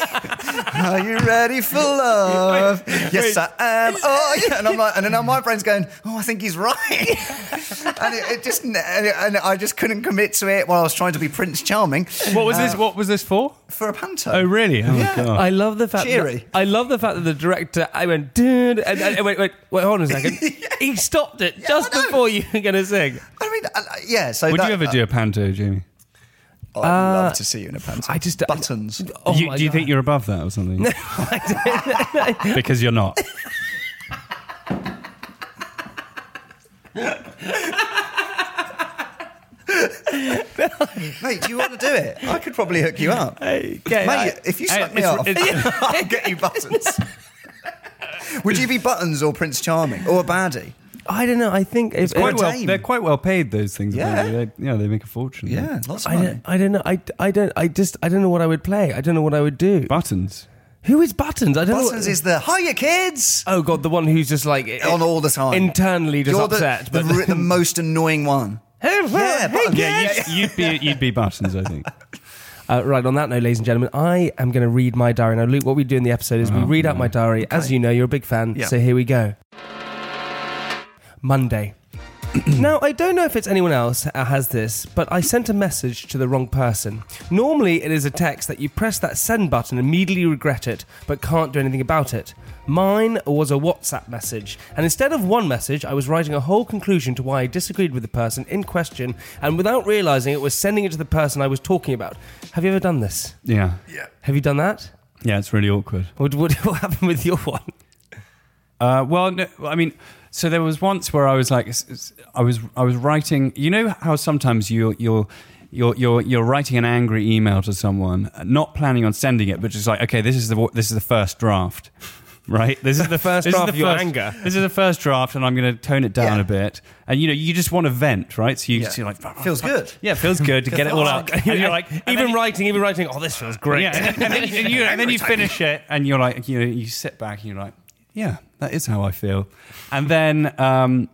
[SPEAKER 3] Are you ready for love? yes, I am. Oh, yeah. And I'm like, and then my brain's going, oh, I think he's right. and it, it just, and, it- and I just couldn't commit to it while I was trying to be Prince Charming Uh,
[SPEAKER 2] What was this? What was this for?
[SPEAKER 3] for a panto.
[SPEAKER 2] <laughs> Oh, really? Oh my god!
[SPEAKER 1] I love the fact.
[SPEAKER 3] Cheery.
[SPEAKER 1] That, I love the fact that the director. I went, dude, and, and- and wait, wait, wait, hold on a second.
[SPEAKER 3] <laughs>
[SPEAKER 1] He stopped it just
[SPEAKER 3] I know.
[SPEAKER 1] before you were going to sing.
[SPEAKER 3] I mean, I- I- yeah. So
[SPEAKER 2] Would
[SPEAKER 3] that, Oh,
[SPEAKER 2] you ever do a uh, panto, Jamie?
[SPEAKER 3] I'd love to see you in a panto.
[SPEAKER 1] I
[SPEAKER 2] uh,
[SPEAKER 1] just-
[SPEAKER 3] buttons.
[SPEAKER 1] Oh
[SPEAKER 2] you,
[SPEAKER 1] my
[SPEAKER 2] do you
[SPEAKER 1] God.
[SPEAKER 2] think you're above that or something? <laughs> because you're
[SPEAKER 3] <laughs>
[SPEAKER 2] not.
[SPEAKER 3] Mate, do you want to do it? I could probably hook you up.
[SPEAKER 2] Okay,
[SPEAKER 3] Mate,
[SPEAKER 2] I-
[SPEAKER 3] if you
[SPEAKER 2] I-
[SPEAKER 3] smack me
[SPEAKER 2] it's-
[SPEAKER 3] off,
[SPEAKER 2] it's-
[SPEAKER 3] <laughs> I'll get
[SPEAKER 2] <laughs>
[SPEAKER 3] you buttons. Would you be buttons or Prince Charming or a baddie?
[SPEAKER 1] I don't know. I think it's
[SPEAKER 2] quite
[SPEAKER 3] Or
[SPEAKER 2] well,
[SPEAKER 3] tame.
[SPEAKER 2] they're quite well paid. Those things,
[SPEAKER 3] Yeah.
[SPEAKER 2] apparently. They, yeah, they make a fortune.
[SPEAKER 3] Yeah, lots of
[SPEAKER 1] I
[SPEAKER 3] money.
[SPEAKER 1] don't, I don't know. I, I don't. I just. I don't know what I would play. I don't know what I would do.
[SPEAKER 2] buttons.
[SPEAKER 1] Who is Buttons? I don't know.
[SPEAKER 3] Buttons
[SPEAKER 1] what-
[SPEAKER 3] is the hiya kids
[SPEAKER 1] Oh god, the one who's just like
[SPEAKER 3] on all the time.
[SPEAKER 1] internally just
[SPEAKER 3] You're the-
[SPEAKER 1] upset.
[SPEAKER 3] the,
[SPEAKER 1] but
[SPEAKER 3] r-
[SPEAKER 2] <laughs>
[SPEAKER 3] the most annoying one.
[SPEAKER 1] <laughs> Hey,
[SPEAKER 3] Yeah,
[SPEAKER 1] hey,
[SPEAKER 3] Buttons.
[SPEAKER 1] kid.
[SPEAKER 3] Yeah,
[SPEAKER 2] You'd, you'd be you'd be buttons, I
[SPEAKER 3] <laughs>
[SPEAKER 2] think.
[SPEAKER 1] Uh, right, on that note, ladies and gentlemen, I am going to read my diary. Now, Luke, what we do in the episode is we read out my diary. As you know, you're a big fan,
[SPEAKER 3] Yeah.
[SPEAKER 1] so here we go. Monday. now, I don't know if it's anyone else that has this, but I sent a message to the wrong person. Normally, it is a text that you press that send button and immediately regret it, but can't do anything about it. Mine was a WhatsApp message, and instead of one message, I was writing a whole conclusion to why I disagreed with the person in question, and without realizing it was sending it to the person I was talking about. Have you ever done this?
[SPEAKER 2] Yeah,
[SPEAKER 1] Have you done that?
[SPEAKER 2] yeah, it's really awkward.
[SPEAKER 1] What, what, <laughs> what happened with your one?
[SPEAKER 2] Uh, well, no, I mean, so there was once where I was like, s- s- I was I was writing. You know how sometimes you you're. You're, you're, you're writing an angry email to someone, not planning on sending it, but just like, okay, this is the wa- this is the first draft, right? This is <laughs> the
[SPEAKER 1] first
[SPEAKER 2] this is
[SPEAKER 1] draft
[SPEAKER 2] the
[SPEAKER 1] of your
[SPEAKER 2] first-
[SPEAKER 1] anger.
[SPEAKER 2] This is the first draft, and I'm going to tone it down
[SPEAKER 3] Yeah.
[SPEAKER 2] a bit. And you know, you just want to vent, right? So you just you're like,
[SPEAKER 3] Feels good.
[SPEAKER 2] yeah, feels good to get it all out. <laughs>
[SPEAKER 1] <laughs>
[SPEAKER 2] And you're like, and
[SPEAKER 1] even
[SPEAKER 2] then-
[SPEAKER 1] writing, even writing. Oh, this feels great.
[SPEAKER 2] Yeah, and then, and then you- and you, and then you finish it, and you're like, you know, you sit back and you're like, yeah, that is how I feel. And then, um,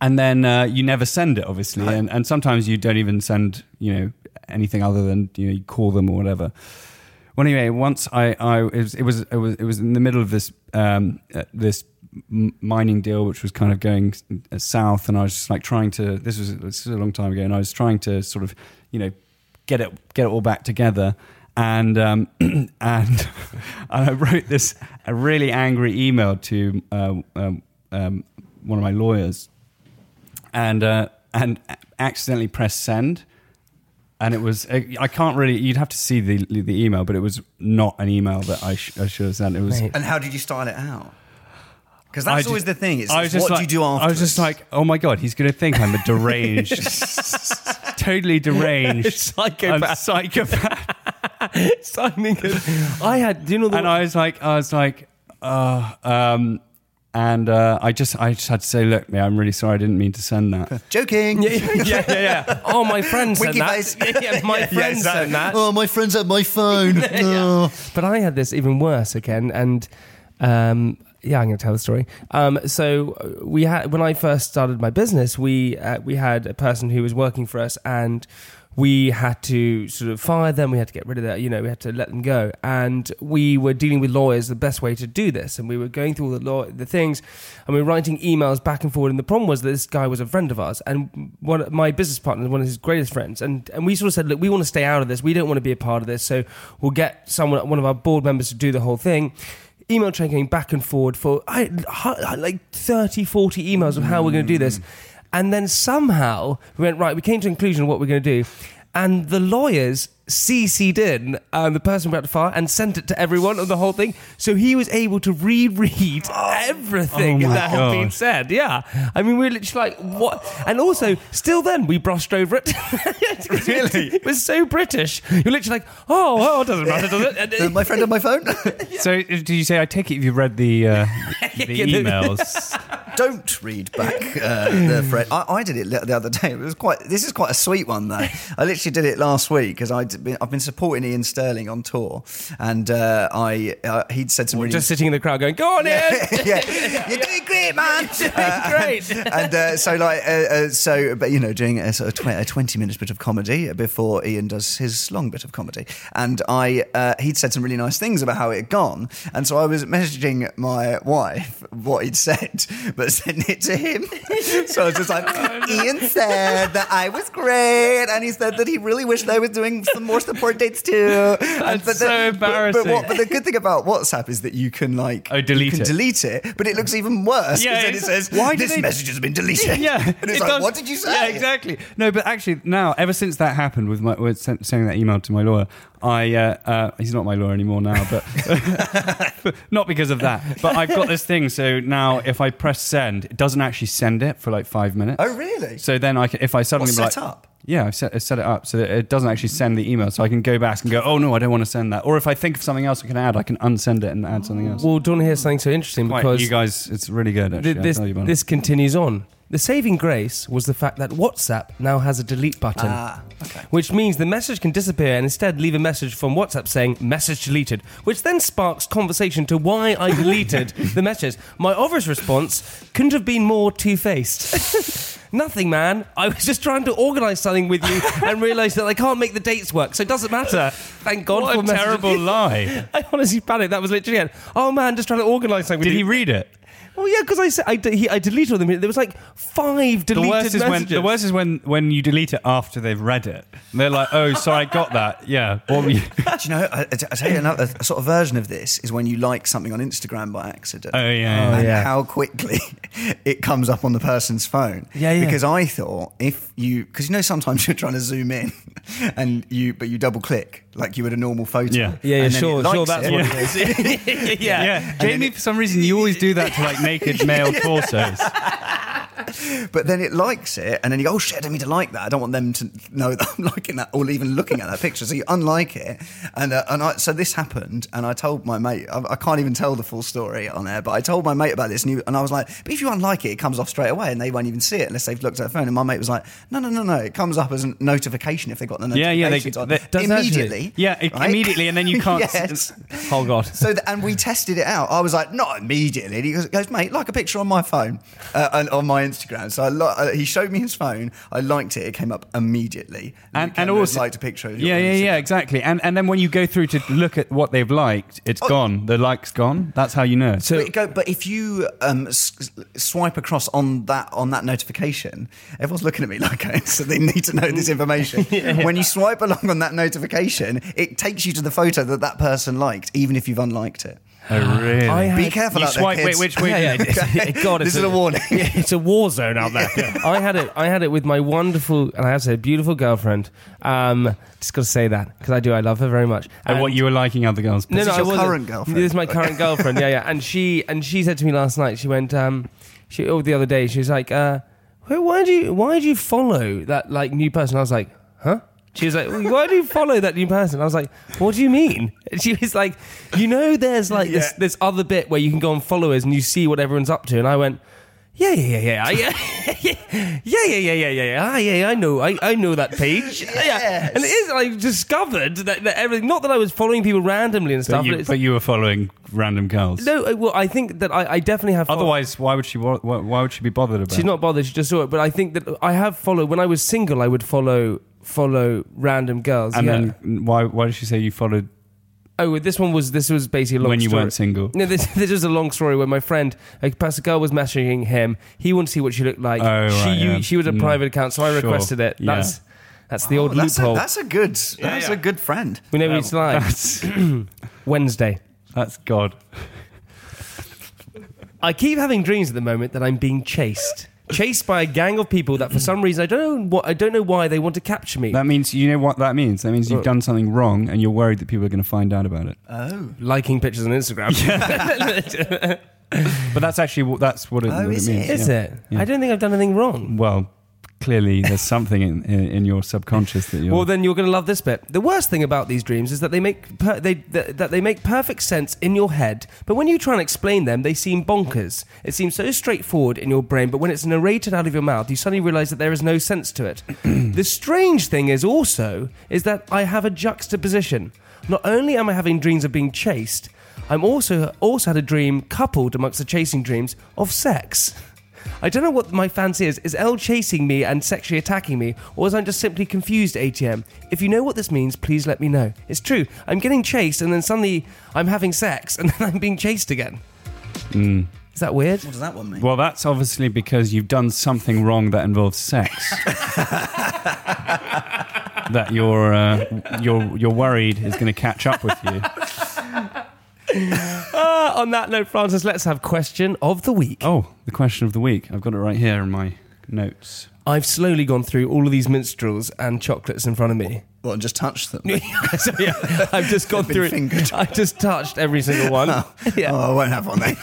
[SPEAKER 2] and then uh, you never send it, obviously, and, and sometimes you don't even send, you know, anything other than you know, you call them or whatever. Well, anyway, once I, I it was, it was, it was, it was in the middle of this, um, uh, this m- mining deal, which was kind of going s- uh, south, and I was just like trying to. This was this was a long time ago, and I was trying to sort of, you know, get it, get it all back together, and um, <clears throat> and and <laughs> uh, I wrote this a really angry email to uh, um, um, one of my lawyers, and uh, and accidentally pressed send, and it was I can't really. You'd have to see the the email, but it was not an email that I, sh- I should have sent. It was.
[SPEAKER 1] Mate.
[SPEAKER 3] And how did you style it out? Because
[SPEAKER 2] I
[SPEAKER 3] that's
[SPEAKER 2] ju-
[SPEAKER 3] always the thing. It's
[SPEAKER 2] I was just
[SPEAKER 3] what
[SPEAKER 2] like,
[SPEAKER 3] do you do after?
[SPEAKER 2] I was just like, oh my god, he's going to think
[SPEAKER 3] <laughs>
[SPEAKER 2] I'm a deranged, totally
[SPEAKER 3] <laughs>
[SPEAKER 2] deranged
[SPEAKER 1] Psychopath.
[SPEAKER 2] I'm
[SPEAKER 1] <laughs>
[SPEAKER 2] psychopath.
[SPEAKER 1] Signing it. I had. Do you know the?
[SPEAKER 2] and I was like, I was like, uh, um, and uh, I just, I just had to say, look, mate, I'm really sorry, I didn't mean to send that. <laughs>
[SPEAKER 3] joking.
[SPEAKER 1] yeah, yeah, <laughs> yeah, yeah. Oh, my friend said
[SPEAKER 3] Winky
[SPEAKER 1] that.
[SPEAKER 3] face.
[SPEAKER 1] Yeah, <laughs> yeah, my friend said that.
[SPEAKER 5] Oh, my friend's at my phone.
[SPEAKER 2] <laughs>
[SPEAKER 5] Oh.
[SPEAKER 1] But I had this even worse again, and um, yeah, I'm going to tell the story. Um, so uh, we had when I first started my business, we uh, we had a person who was working for us, and we had to sort of fire them. We had to get rid of that. You know, we had to let them go, and we were dealing with lawyers the best way to do this, and we were going through all the law the things, and we were writing emails back and forward. And the problem was that this guy was a friend of ours, and one of my business partner, one of his greatest friends, and and we sort of said, look, we want to stay out of this. We don't want to be a part of this, so we'll get someone, one of our board members, to do the whole thing. Email chain going back and forward for I, I- like 30, 40 emails of how we're going to do
[SPEAKER 2] Mm.
[SPEAKER 1] this, and then somehow we went right. We came to a conclusion of what we're going to do, and the lawyers CC'd in um, the person about to fire and sent it to everyone on the whole thing. So he was able to reread everything
[SPEAKER 2] Oh my
[SPEAKER 1] that had been
[SPEAKER 2] God.
[SPEAKER 1] said. Yeah. I mean, we were literally like, what? And also, still then, we brushed over it. <laughs> really? It was so British. You're literally like, oh, oh, it doesn't matter, does it? And,
[SPEAKER 2] <laughs>
[SPEAKER 3] Uh, my friend at my phone.
[SPEAKER 2] So, uh, did you say? I take it if you read the
[SPEAKER 3] <laughs>
[SPEAKER 2] uh, the
[SPEAKER 1] Yeah, the-
[SPEAKER 2] emails.
[SPEAKER 3] Don't read back uh, the friend. I, I did it li- the other day. It was quite. This is quite a sweet one though. I literally did it last week because I I've been supporting Ian Sterling on tour, and uh, I uh, he'd said some really
[SPEAKER 1] just sitting in the crowd going, go on,
[SPEAKER 2] <laughs>
[SPEAKER 1] Ian.
[SPEAKER 3] <laughs>
[SPEAKER 1] <laughs>
[SPEAKER 3] yeah, you're doing great, man.
[SPEAKER 1] You're doing
[SPEAKER 3] Uh,
[SPEAKER 1] great.
[SPEAKER 2] <laughs>
[SPEAKER 3] and- and uh, so, like, uh, uh, so, but you know, doing a sort of tw- a twenty-minute bit of comedy before Ian does his long bit of comedy, and I, uh, he'd said some really nice things about how it had gone, and so I was messaging my wife what he'd said, but <laughs> sent it to him. so I was
[SPEAKER 2] <laughs>
[SPEAKER 3] just like,
[SPEAKER 2] Oh,
[SPEAKER 3] Ian said that I was great, and he said that he really wished I was doing some more support dates too.
[SPEAKER 2] <laughs>
[SPEAKER 3] and,
[SPEAKER 1] That's so
[SPEAKER 3] but- but
[SPEAKER 1] embarrassing.
[SPEAKER 3] what- But, the good thing about WhatsApp is that you can like
[SPEAKER 2] Oh, delete
[SPEAKER 3] you can
[SPEAKER 2] it.
[SPEAKER 3] delete it, but it looks even worse.
[SPEAKER 2] Yeah,
[SPEAKER 3] <laughs> Yeah, then it
[SPEAKER 2] it's-
[SPEAKER 3] says,
[SPEAKER 2] why
[SPEAKER 3] "Why
[SPEAKER 2] do
[SPEAKER 3] this
[SPEAKER 2] they-
[SPEAKER 3] message has been deleted?"
[SPEAKER 2] yeah,
[SPEAKER 3] and
[SPEAKER 2] it
[SPEAKER 3] it's like,
[SPEAKER 2] does-
[SPEAKER 3] "What did you say?"
[SPEAKER 2] Yeah, exactly. No, but actually, now ever since that happened with my with sen- sending that email to my lawyer, I uh, uh, he's not my lawyer anymore now, but <laughs> not because of that. But I've got this thing, so now if I press send, it doesn't actually send it for like five minutes.
[SPEAKER 3] <laughs> Oh, really?
[SPEAKER 2] So then I can, if I suddenly
[SPEAKER 3] Well,
[SPEAKER 2] be like,
[SPEAKER 3] set up? <laughs>
[SPEAKER 2] Yeah, I've set, I've set it up so that it doesn't actually send the email, so I can go back and go, oh no, I don't want to send that. Or if I think of something else I can add, I can unsend it and add something else.
[SPEAKER 1] Well, do you want to hear something so interesting?
[SPEAKER 2] Right,
[SPEAKER 1] because
[SPEAKER 2] you guys, it's really good. Actually,
[SPEAKER 1] Th-
[SPEAKER 2] I'll
[SPEAKER 1] this
[SPEAKER 2] tell you about it.
[SPEAKER 1] this continues on. The saving grace was the fact that WhatsApp now has a delete button,
[SPEAKER 2] Ah,
[SPEAKER 1] which means the message can disappear and instead leave a message from WhatsApp saying "message deleted," which then sparks conversation to why
[SPEAKER 2] <laughs>
[SPEAKER 1] I deleted the message. My obvious response couldn't have been more two-faced. <laughs> Nothing, man. I was just trying to organise something with
[SPEAKER 2] <laughs>
[SPEAKER 1] you and realised that I can't make the dates work, so it doesn't matter. Thank God
[SPEAKER 2] what
[SPEAKER 1] for
[SPEAKER 2] a
[SPEAKER 1] message- <laughs>
[SPEAKER 2] terrible lie.
[SPEAKER 1] I honestly panicked. That was literally it. Oh man, just trying to organise something. with
[SPEAKER 2] Did
[SPEAKER 1] you.
[SPEAKER 2] he read it?
[SPEAKER 1] Well, yeah, because I said I, de- he, I deleted all them. There was like five <laughs> deleted
[SPEAKER 2] The worst is
[SPEAKER 1] messages.
[SPEAKER 2] when the
[SPEAKER 1] <laughs>
[SPEAKER 2] worst is when when you delete it after they've read it. And they're like, "Oh, sorry, I got that." <laughs> Oh, Yeah. What were you?
[SPEAKER 3] Do you know? I, I tell you another a sort of version of this is when you like something on Instagram by accident.
[SPEAKER 2] Oh, yeah,
[SPEAKER 3] and
[SPEAKER 1] yeah.
[SPEAKER 3] how quickly <laughs> it comes up on the person's phone.
[SPEAKER 1] Yeah, yeah.
[SPEAKER 3] Because I thought if you, because you know sometimes <laughs> you're trying to zoom in, and you but you double click like you would a normal photo.
[SPEAKER 2] Yeah.
[SPEAKER 1] yeah, yeah,
[SPEAKER 3] and then
[SPEAKER 1] sure,
[SPEAKER 3] it likes
[SPEAKER 1] sure, that's
[SPEAKER 2] <laughs>
[SPEAKER 3] it.
[SPEAKER 1] what it is. yeah, yeah, yeah.
[SPEAKER 2] Yeah, Jamie. For some reason, you always do that to like <laughs> naked male torsos.
[SPEAKER 3] But then it likes it, and then you go, oh shit, I don't mean to like that. I don't want them to know that I'm <laughs> liking that or even looking at that picture. So you unlike it. And, uh, and I, so this happened, and I told my mate, I, I can't even tell the full story on there, but I told my mate about this, and, he, and I was like, but if you unlike it, it comes off straight away, and they won't even see it unless they've looked at their phone. And my mate was like, no, no, no, no, it comes up as a notification if they've got the
[SPEAKER 2] Yeah, yeah, they-
[SPEAKER 3] notifications on.
[SPEAKER 2] that does actually-
[SPEAKER 3] immediately.
[SPEAKER 2] Yeah, it- immediately, and then <laughs>
[SPEAKER 3] <laughs>
[SPEAKER 2] you can't s-
[SPEAKER 3] yes.
[SPEAKER 1] Oh god.
[SPEAKER 3] So th- and we tested it out. I was like, not immediately. And he goes, goes, mate, like a picture on my phone uh, and on my Instagram. Instagram. So I li- uh, he showed me his phone. I liked it. It came up immediately.
[SPEAKER 2] And-
[SPEAKER 3] you
[SPEAKER 2] and
[SPEAKER 3] can
[SPEAKER 2] also-
[SPEAKER 3] liked a picture. Of your
[SPEAKER 2] Yeah, yeah,
[SPEAKER 3] Instagram.
[SPEAKER 2] yeah, exactly. And and then when you go through to look at what they've liked, it's gone. The likes gone. That's how you know.
[SPEAKER 3] but, it go, but if you um, s- swipe across on that on that notification, everyone's looking at me like, okay, so they need to know
[SPEAKER 2] <laughs>
[SPEAKER 3] this information. When you swipe along on that notification, it takes you to the photo that that person liked, even if you've unliked it.
[SPEAKER 2] oh, really?
[SPEAKER 1] I had-
[SPEAKER 3] Be careful
[SPEAKER 2] you
[SPEAKER 3] out there,
[SPEAKER 2] swipe- wait,
[SPEAKER 3] kids.
[SPEAKER 2] which
[SPEAKER 3] <laughs>
[SPEAKER 2] way- <laughs> Yeah, yeah,
[SPEAKER 1] it's- God, <laughs>
[SPEAKER 3] this
[SPEAKER 1] it's
[SPEAKER 3] is
[SPEAKER 1] a-
[SPEAKER 3] a warning.
[SPEAKER 1] it's a war zone out there. <laughs> I had it. I had it with my wonderful and I have to say beautiful girlfriend. Um, just got to say that because I do. I love her very much.
[SPEAKER 2] <laughs> and what you were liking other girls.
[SPEAKER 1] No, no,
[SPEAKER 3] is
[SPEAKER 1] I
[SPEAKER 3] your
[SPEAKER 1] wasn't.
[SPEAKER 3] current girlfriend?
[SPEAKER 1] This is my current girlfriend. Yeah, yeah. And she and she said to me last night. She went. Um, she oh, the other day. She was like, uh, "Who- "Why do you why do you follow that like new person?" I was like, "Huh." She was like, "Why do you follow that new person?" I was like, "What do you mean?" And she was like, "You know, there's like this this other bit where you can go on followers and you see what everyone's up to." And I went, "Yeah, yeah, <laughs> yeah, yeah, yeah, yeah, yeah, yeah, yeah, yeah, yeah, ah, yeah, yeah. I know, I, I know that page. Yeah,
[SPEAKER 3] Yes.
[SPEAKER 1] and it is. I discovered that, that everything. Not that I was following people randomly and
[SPEAKER 2] But
[SPEAKER 1] stuff.
[SPEAKER 2] you,
[SPEAKER 1] it's-
[SPEAKER 2] but you were following random girls.
[SPEAKER 1] no, uh, well, I think that I, I definitely have. Followed.
[SPEAKER 2] Otherwise, why would she? wa- Why, why would she be bothered about?
[SPEAKER 1] she's not bothered. She just saw it. But I think that I have followed. When I was single, I would follow follow random girls.
[SPEAKER 2] And
[SPEAKER 1] yeah.
[SPEAKER 2] then why? Why did she say you followed
[SPEAKER 1] oh, well, this one was this was basically a long
[SPEAKER 2] when you
[SPEAKER 1] story.
[SPEAKER 2] weren't single?
[SPEAKER 1] No, this, <laughs> this is a long story where my friend, a pastor girl, was messaging him. He wanted to see what she looked like.
[SPEAKER 2] Oh,
[SPEAKER 1] she,
[SPEAKER 2] right,
[SPEAKER 1] you-
[SPEAKER 2] yeah.
[SPEAKER 1] she was a
[SPEAKER 2] Mm.
[SPEAKER 1] private account, so I
[SPEAKER 2] Sure,
[SPEAKER 1] requested it.
[SPEAKER 2] yeah.
[SPEAKER 1] That's that's the old
[SPEAKER 3] Oh, that's, a,
[SPEAKER 1] loophole.
[SPEAKER 3] that's a good. That's a good friend.
[SPEAKER 1] we know it's like
[SPEAKER 2] <laughs> That's
[SPEAKER 1] Wednesday.
[SPEAKER 2] that's God.
[SPEAKER 1] I keep having dreams at the moment that I'm being chased, chased by a gang of people that for some reason I don't know what I don't know why they want to capture me.
[SPEAKER 2] That means you know what that means. That means you've done something wrong, and you're worried that people are going to find out about it.
[SPEAKER 1] Uh. liking pictures on Instagram.
[SPEAKER 2] But that's actually what that's what it,
[SPEAKER 3] Oh,
[SPEAKER 2] what
[SPEAKER 3] is
[SPEAKER 2] it
[SPEAKER 1] <laughs>
[SPEAKER 2] means.
[SPEAKER 1] Is
[SPEAKER 2] yeah.
[SPEAKER 1] it? I don't think I've done anything wrong.
[SPEAKER 2] Well, clearly there's something in, in, in your subconscious that you're.
[SPEAKER 1] Well, then you're going to love this bit. The worst thing about these dreams is that they make per- they that, that they make perfect sense in your head, but when you try and explain them, they seem bonkers. It seems so straightforward in your brain, but when it's narrated out of your mouth, you suddenly realise that there is no sense to
[SPEAKER 2] <clears throat>
[SPEAKER 1] it. the strange thing is also is that I have a juxtaposition. Not only am I having dreams of being chased, I'm also also had a dream coupled amongst the chasing dreams of sex. I don't know what my fancy is. Is L chasing me and sexually attacking me, or is I just simply confused, ATM? If you know what this means, please let me know. It's true. I'm getting chased, and then suddenly I'm having sex, <laughs> and then I'm being chased again.
[SPEAKER 3] Hmm.
[SPEAKER 1] Is that weird?
[SPEAKER 3] What does that one mean?
[SPEAKER 2] Well, that's obviously because you've done something wrong that
[SPEAKER 1] <laughs>
[SPEAKER 2] involves sex. that you're, uh, you're, you're worried is going to catch up with
[SPEAKER 1] <laughs>
[SPEAKER 2] you.
[SPEAKER 1] Uh, on that note, Francis, let's have question of the week.
[SPEAKER 2] Oh, the question of the week. I've got it right here in my notes.
[SPEAKER 1] I've slowly gone through all of these minstrels and chocolates in front of me. <laughs>
[SPEAKER 3] Well, just touch them.
[SPEAKER 1] so yeah, I've just gone
[SPEAKER 3] Been
[SPEAKER 1] through
[SPEAKER 3] fingered.
[SPEAKER 1] it. I've just touched every single one. Yeah.
[SPEAKER 3] <laughs> Oh, I won't
[SPEAKER 1] <laughs>
[SPEAKER 3] have one then.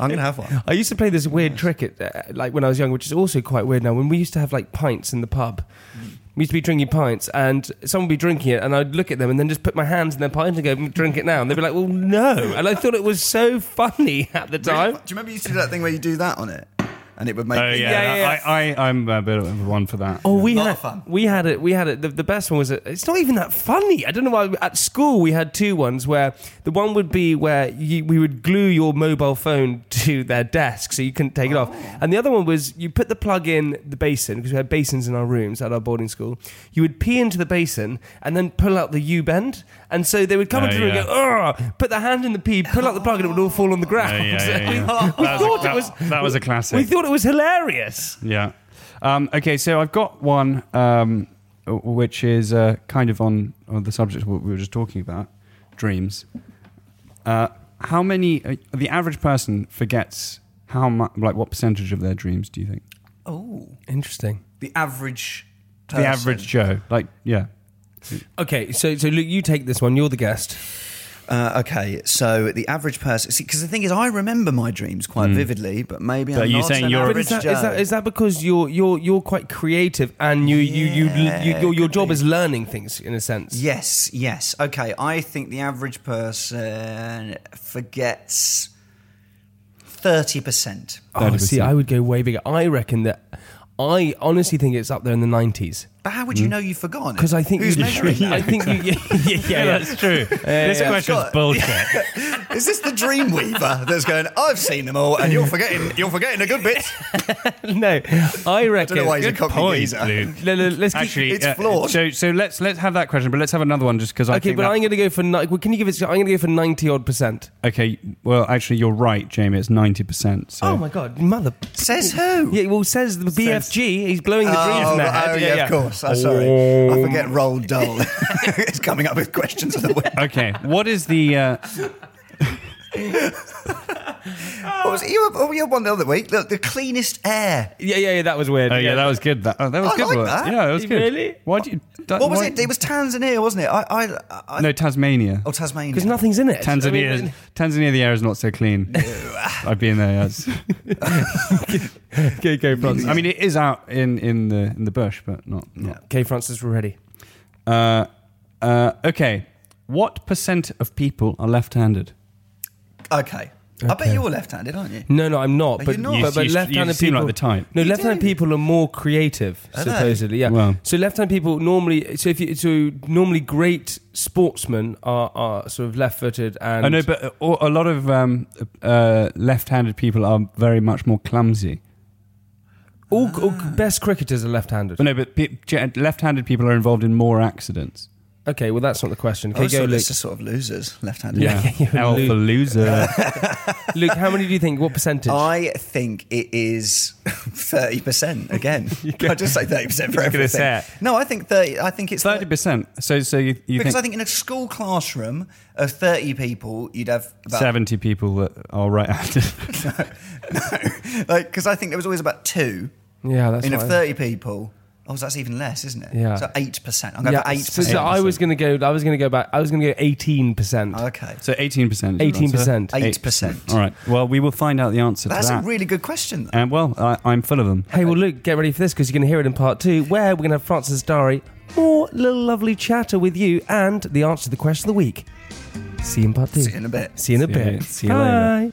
[SPEAKER 3] I'm gonna have one.
[SPEAKER 1] I used to play this weird trick at, uh, like when I was young, which is also quite weird now. When we used to have like pints in the pub, we used to be drinking pints, and someone would be drinking it, and I'd look at them and then just put my hands in their pint and go, "Mm, "Drink it now," and they'd be like, "Well, no," and I thought it was so funny <laughs> at the
[SPEAKER 3] Do
[SPEAKER 1] time.
[SPEAKER 3] you remember you used to do that thing where you do that on it, and it would make?
[SPEAKER 2] Oh, yeah.
[SPEAKER 1] <laughs> yeah, yeah.
[SPEAKER 2] I, I, I'm a bit of one for that.
[SPEAKER 1] Oh, we
[SPEAKER 3] Lot
[SPEAKER 1] had
[SPEAKER 3] of fun.
[SPEAKER 1] we had it. We had it. The, the best one was uh, it's not even that funny. I don't know why. At school, we had two ones where the one would be where you, we would glue your mobile phone <laughs> to their desk so you couldn't take it off, and the other one was you put the plug in the basin because we had basins in our rooms at our boarding school. You would pee into the basin and then pull out the U bend, and so they would come
[SPEAKER 2] Oh,
[SPEAKER 1] into the room and
[SPEAKER 2] yeah.
[SPEAKER 1] go, Ugh, put their hand in the pee, pull out the plug, and it would all fall on the <laughs>
[SPEAKER 2] Oh,
[SPEAKER 1] ground. we
[SPEAKER 2] That
[SPEAKER 1] thought
[SPEAKER 2] that-
[SPEAKER 1] it was
[SPEAKER 2] that was a classic.
[SPEAKER 1] we thought it was hilarious.
[SPEAKER 2] Yeah. Um, okay, so I've got one um, which is uh, kind of on, on the subject of what we were just talking about dreams. Uh, how many, uh, the average person forgets how much, like what percentage of their dreams do you think?
[SPEAKER 3] Oh,
[SPEAKER 1] Interesting.
[SPEAKER 3] the average.
[SPEAKER 2] The
[SPEAKER 3] person.
[SPEAKER 2] average Joe. Like, yeah.
[SPEAKER 1] Okay, so so Luke, you take this one. You're the guest.
[SPEAKER 3] Uh, okay, so the average person. See, because the thing is, I remember my dreams quite vividly, but maybe
[SPEAKER 2] But
[SPEAKER 3] I'm
[SPEAKER 2] you're
[SPEAKER 3] not
[SPEAKER 2] saying
[SPEAKER 3] an
[SPEAKER 2] you're-
[SPEAKER 1] But
[SPEAKER 3] average
[SPEAKER 1] is that,
[SPEAKER 3] Joe.
[SPEAKER 1] is that is that because you're you're you're quite creative and you you,
[SPEAKER 3] Yeah,
[SPEAKER 1] you, you your, your
[SPEAKER 3] could
[SPEAKER 1] job
[SPEAKER 3] be.
[SPEAKER 1] is learning things in a sense.
[SPEAKER 3] Yes, yes. Okay, I think the average person forgets thirty percent.
[SPEAKER 1] Oh, see,
[SPEAKER 2] 30%.
[SPEAKER 1] Oh, I would go way bigger. I reckon that I honestly think it's up there in the 90s.
[SPEAKER 3] But how would you know you've forgotten? it?
[SPEAKER 1] Because I think
[SPEAKER 3] who's
[SPEAKER 1] you,
[SPEAKER 3] measuring
[SPEAKER 1] <laughs> I
[SPEAKER 3] that?
[SPEAKER 1] think you, yeah, yeah, yeah, yeah.
[SPEAKER 6] That's true. this
[SPEAKER 1] <laughs> yeah.
[SPEAKER 6] question's
[SPEAKER 1] <laughs>
[SPEAKER 3] Scott-
[SPEAKER 6] bullshit.
[SPEAKER 3] Is this the Dreamweaver that's going? I've seen them all, and you're forgetting. You're forgetting a good bit.
[SPEAKER 1] No, I reckon.
[SPEAKER 3] don't know why he's a
[SPEAKER 1] Good
[SPEAKER 3] cockney
[SPEAKER 1] point.
[SPEAKER 3] geezer.
[SPEAKER 6] Luke.
[SPEAKER 1] <laughs> No, no, let's keep-
[SPEAKER 6] Actually,
[SPEAKER 3] It's
[SPEAKER 6] uh,
[SPEAKER 3] flawed.
[SPEAKER 2] So, so let's let's have that question, but let's have another one just because I
[SPEAKER 1] Okay,
[SPEAKER 2] think.
[SPEAKER 1] but
[SPEAKER 2] that-
[SPEAKER 1] I'm going to go for. Ni- well, can you give it? I'm going to go for ninety odd percent.
[SPEAKER 2] okay, well, actually, you're right, Jamie. It's ninety percent. So.
[SPEAKER 1] Oh my god, mother!
[SPEAKER 3] Says who?
[SPEAKER 1] Yeah, well, says the BFG. He's blowing the dreams
[SPEAKER 3] Oh,
[SPEAKER 1] now.
[SPEAKER 3] right. oh, yeah, of course. I'm sorry. I forget Roll <laughs> Dull is coming up with questions of
[SPEAKER 2] <laughs>
[SPEAKER 3] the week.
[SPEAKER 2] Okay, what is the? Uh,
[SPEAKER 3] What was it? You were, you were one the other week. Look, the cleanest air.
[SPEAKER 1] Yeah, yeah, yeah. That was weird.
[SPEAKER 2] oh yeah, that was good. That, oh, that was
[SPEAKER 3] I
[SPEAKER 2] good.
[SPEAKER 3] like
[SPEAKER 2] one.
[SPEAKER 3] that.
[SPEAKER 2] Yeah, that was good.
[SPEAKER 1] Really?
[SPEAKER 2] Why do you? that-
[SPEAKER 3] What was
[SPEAKER 2] why-
[SPEAKER 3] it? It was Tanzania, wasn't it? I, I, I
[SPEAKER 2] No, Tasmania.
[SPEAKER 3] oh Tasmania.
[SPEAKER 1] because nothing's in it.
[SPEAKER 2] Tanzania,
[SPEAKER 1] I mean,
[SPEAKER 2] Tanzania, the air is not so clean. <laughs> I've been there. Yes.
[SPEAKER 1] okay, okay, Francis.
[SPEAKER 2] I mean, it is out in, in the in the bush, but not. not.
[SPEAKER 1] okay, Francis, we're ready.
[SPEAKER 2] Uh, uh, okay, what percent of people are left-handed?
[SPEAKER 3] Okay. I bet you're left-handed, aren't you?
[SPEAKER 1] No, no, I'm not.
[SPEAKER 3] Are
[SPEAKER 1] but
[SPEAKER 3] you not?
[SPEAKER 1] but-
[SPEAKER 3] You-
[SPEAKER 1] but,
[SPEAKER 2] you- you
[SPEAKER 1] left-handed
[SPEAKER 2] seem
[SPEAKER 1] people
[SPEAKER 2] like the type.
[SPEAKER 1] No,
[SPEAKER 3] You
[SPEAKER 1] left-handed
[SPEAKER 3] do.
[SPEAKER 1] people are more creative,
[SPEAKER 3] Are they?
[SPEAKER 1] supposedly. Yeah.
[SPEAKER 2] Wow.
[SPEAKER 1] So left-handed people normally. So if you, so normally great sportsmen are, are sort of left-footed and.
[SPEAKER 2] I know, but uh, all- a lot of um, uh, left-handed people are very much more clumsy.
[SPEAKER 1] all, all
[SPEAKER 3] Ah.
[SPEAKER 1] best cricketers are left-handed.
[SPEAKER 2] But no, but pe- ge- left-handed people are involved in more accidents.
[SPEAKER 1] Okay, well that's not the question. Okay,
[SPEAKER 3] I was
[SPEAKER 1] go,
[SPEAKER 3] sort
[SPEAKER 1] Luke.
[SPEAKER 3] of sort of losers, left-handed. <laughs>
[SPEAKER 1] you're a
[SPEAKER 2] alpha
[SPEAKER 1] lo-
[SPEAKER 2] loser.
[SPEAKER 1] Luke, how many do you think? What percentage?
[SPEAKER 3] I think it is <laughs> thirty percent again. I just say thirty percent for everything.
[SPEAKER 6] say it.
[SPEAKER 3] No, I think thirty. I think it's
[SPEAKER 2] Thirty percent. So, so you, you
[SPEAKER 3] Because
[SPEAKER 2] think,
[SPEAKER 3] I think in a school classroom of thirty people, you'd have about
[SPEAKER 2] seventy people that are right-handed?
[SPEAKER 3] Like, because I think there was always about two
[SPEAKER 1] yeah, that's
[SPEAKER 3] in of
[SPEAKER 1] fine.
[SPEAKER 3] thirty people. Oh, so that's even less, isn't it?
[SPEAKER 1] Yeah.
[SPEAKER 3] So eight percent. I'm going for eight
[SPEAKER 1] so, so
[SPEAKER 3] percent.
[SPEAKER 1] I was going to go. I was going to go back. I was going to go eighteen percent.
[SPEAKER 3] Okay.
[SPEAKER 2] <laughs> So eighteen percent.
[SPEAKER 1] 18%.
[SPEAKER 3] Eight percent.
[SPEAKER 2] All right. Well, we will find out the answer
[SPEAKER 3] That's
[SPEAKER 2] to that.
[SPEAKER 3] a really good question. Though.
[SPEAKER 2] And well, I, I'm full of them.
[SPEAKER 1] Hey, well, Luke, get ready for this because you're going to hear it in part two, where we're going to have Francis Diary, more little lovely chatter with you, and the answer to the question of the week. See you in part two.
[SPEAKER 3] See you in a bit.
[SPEAKER 1] See you in a
[SPEAKER 2] See you-
[SPEAKER 1] bit.
[SPEAKER 2] see you
[SPEAKER 1] Bye.
[SPEAKER 2] later.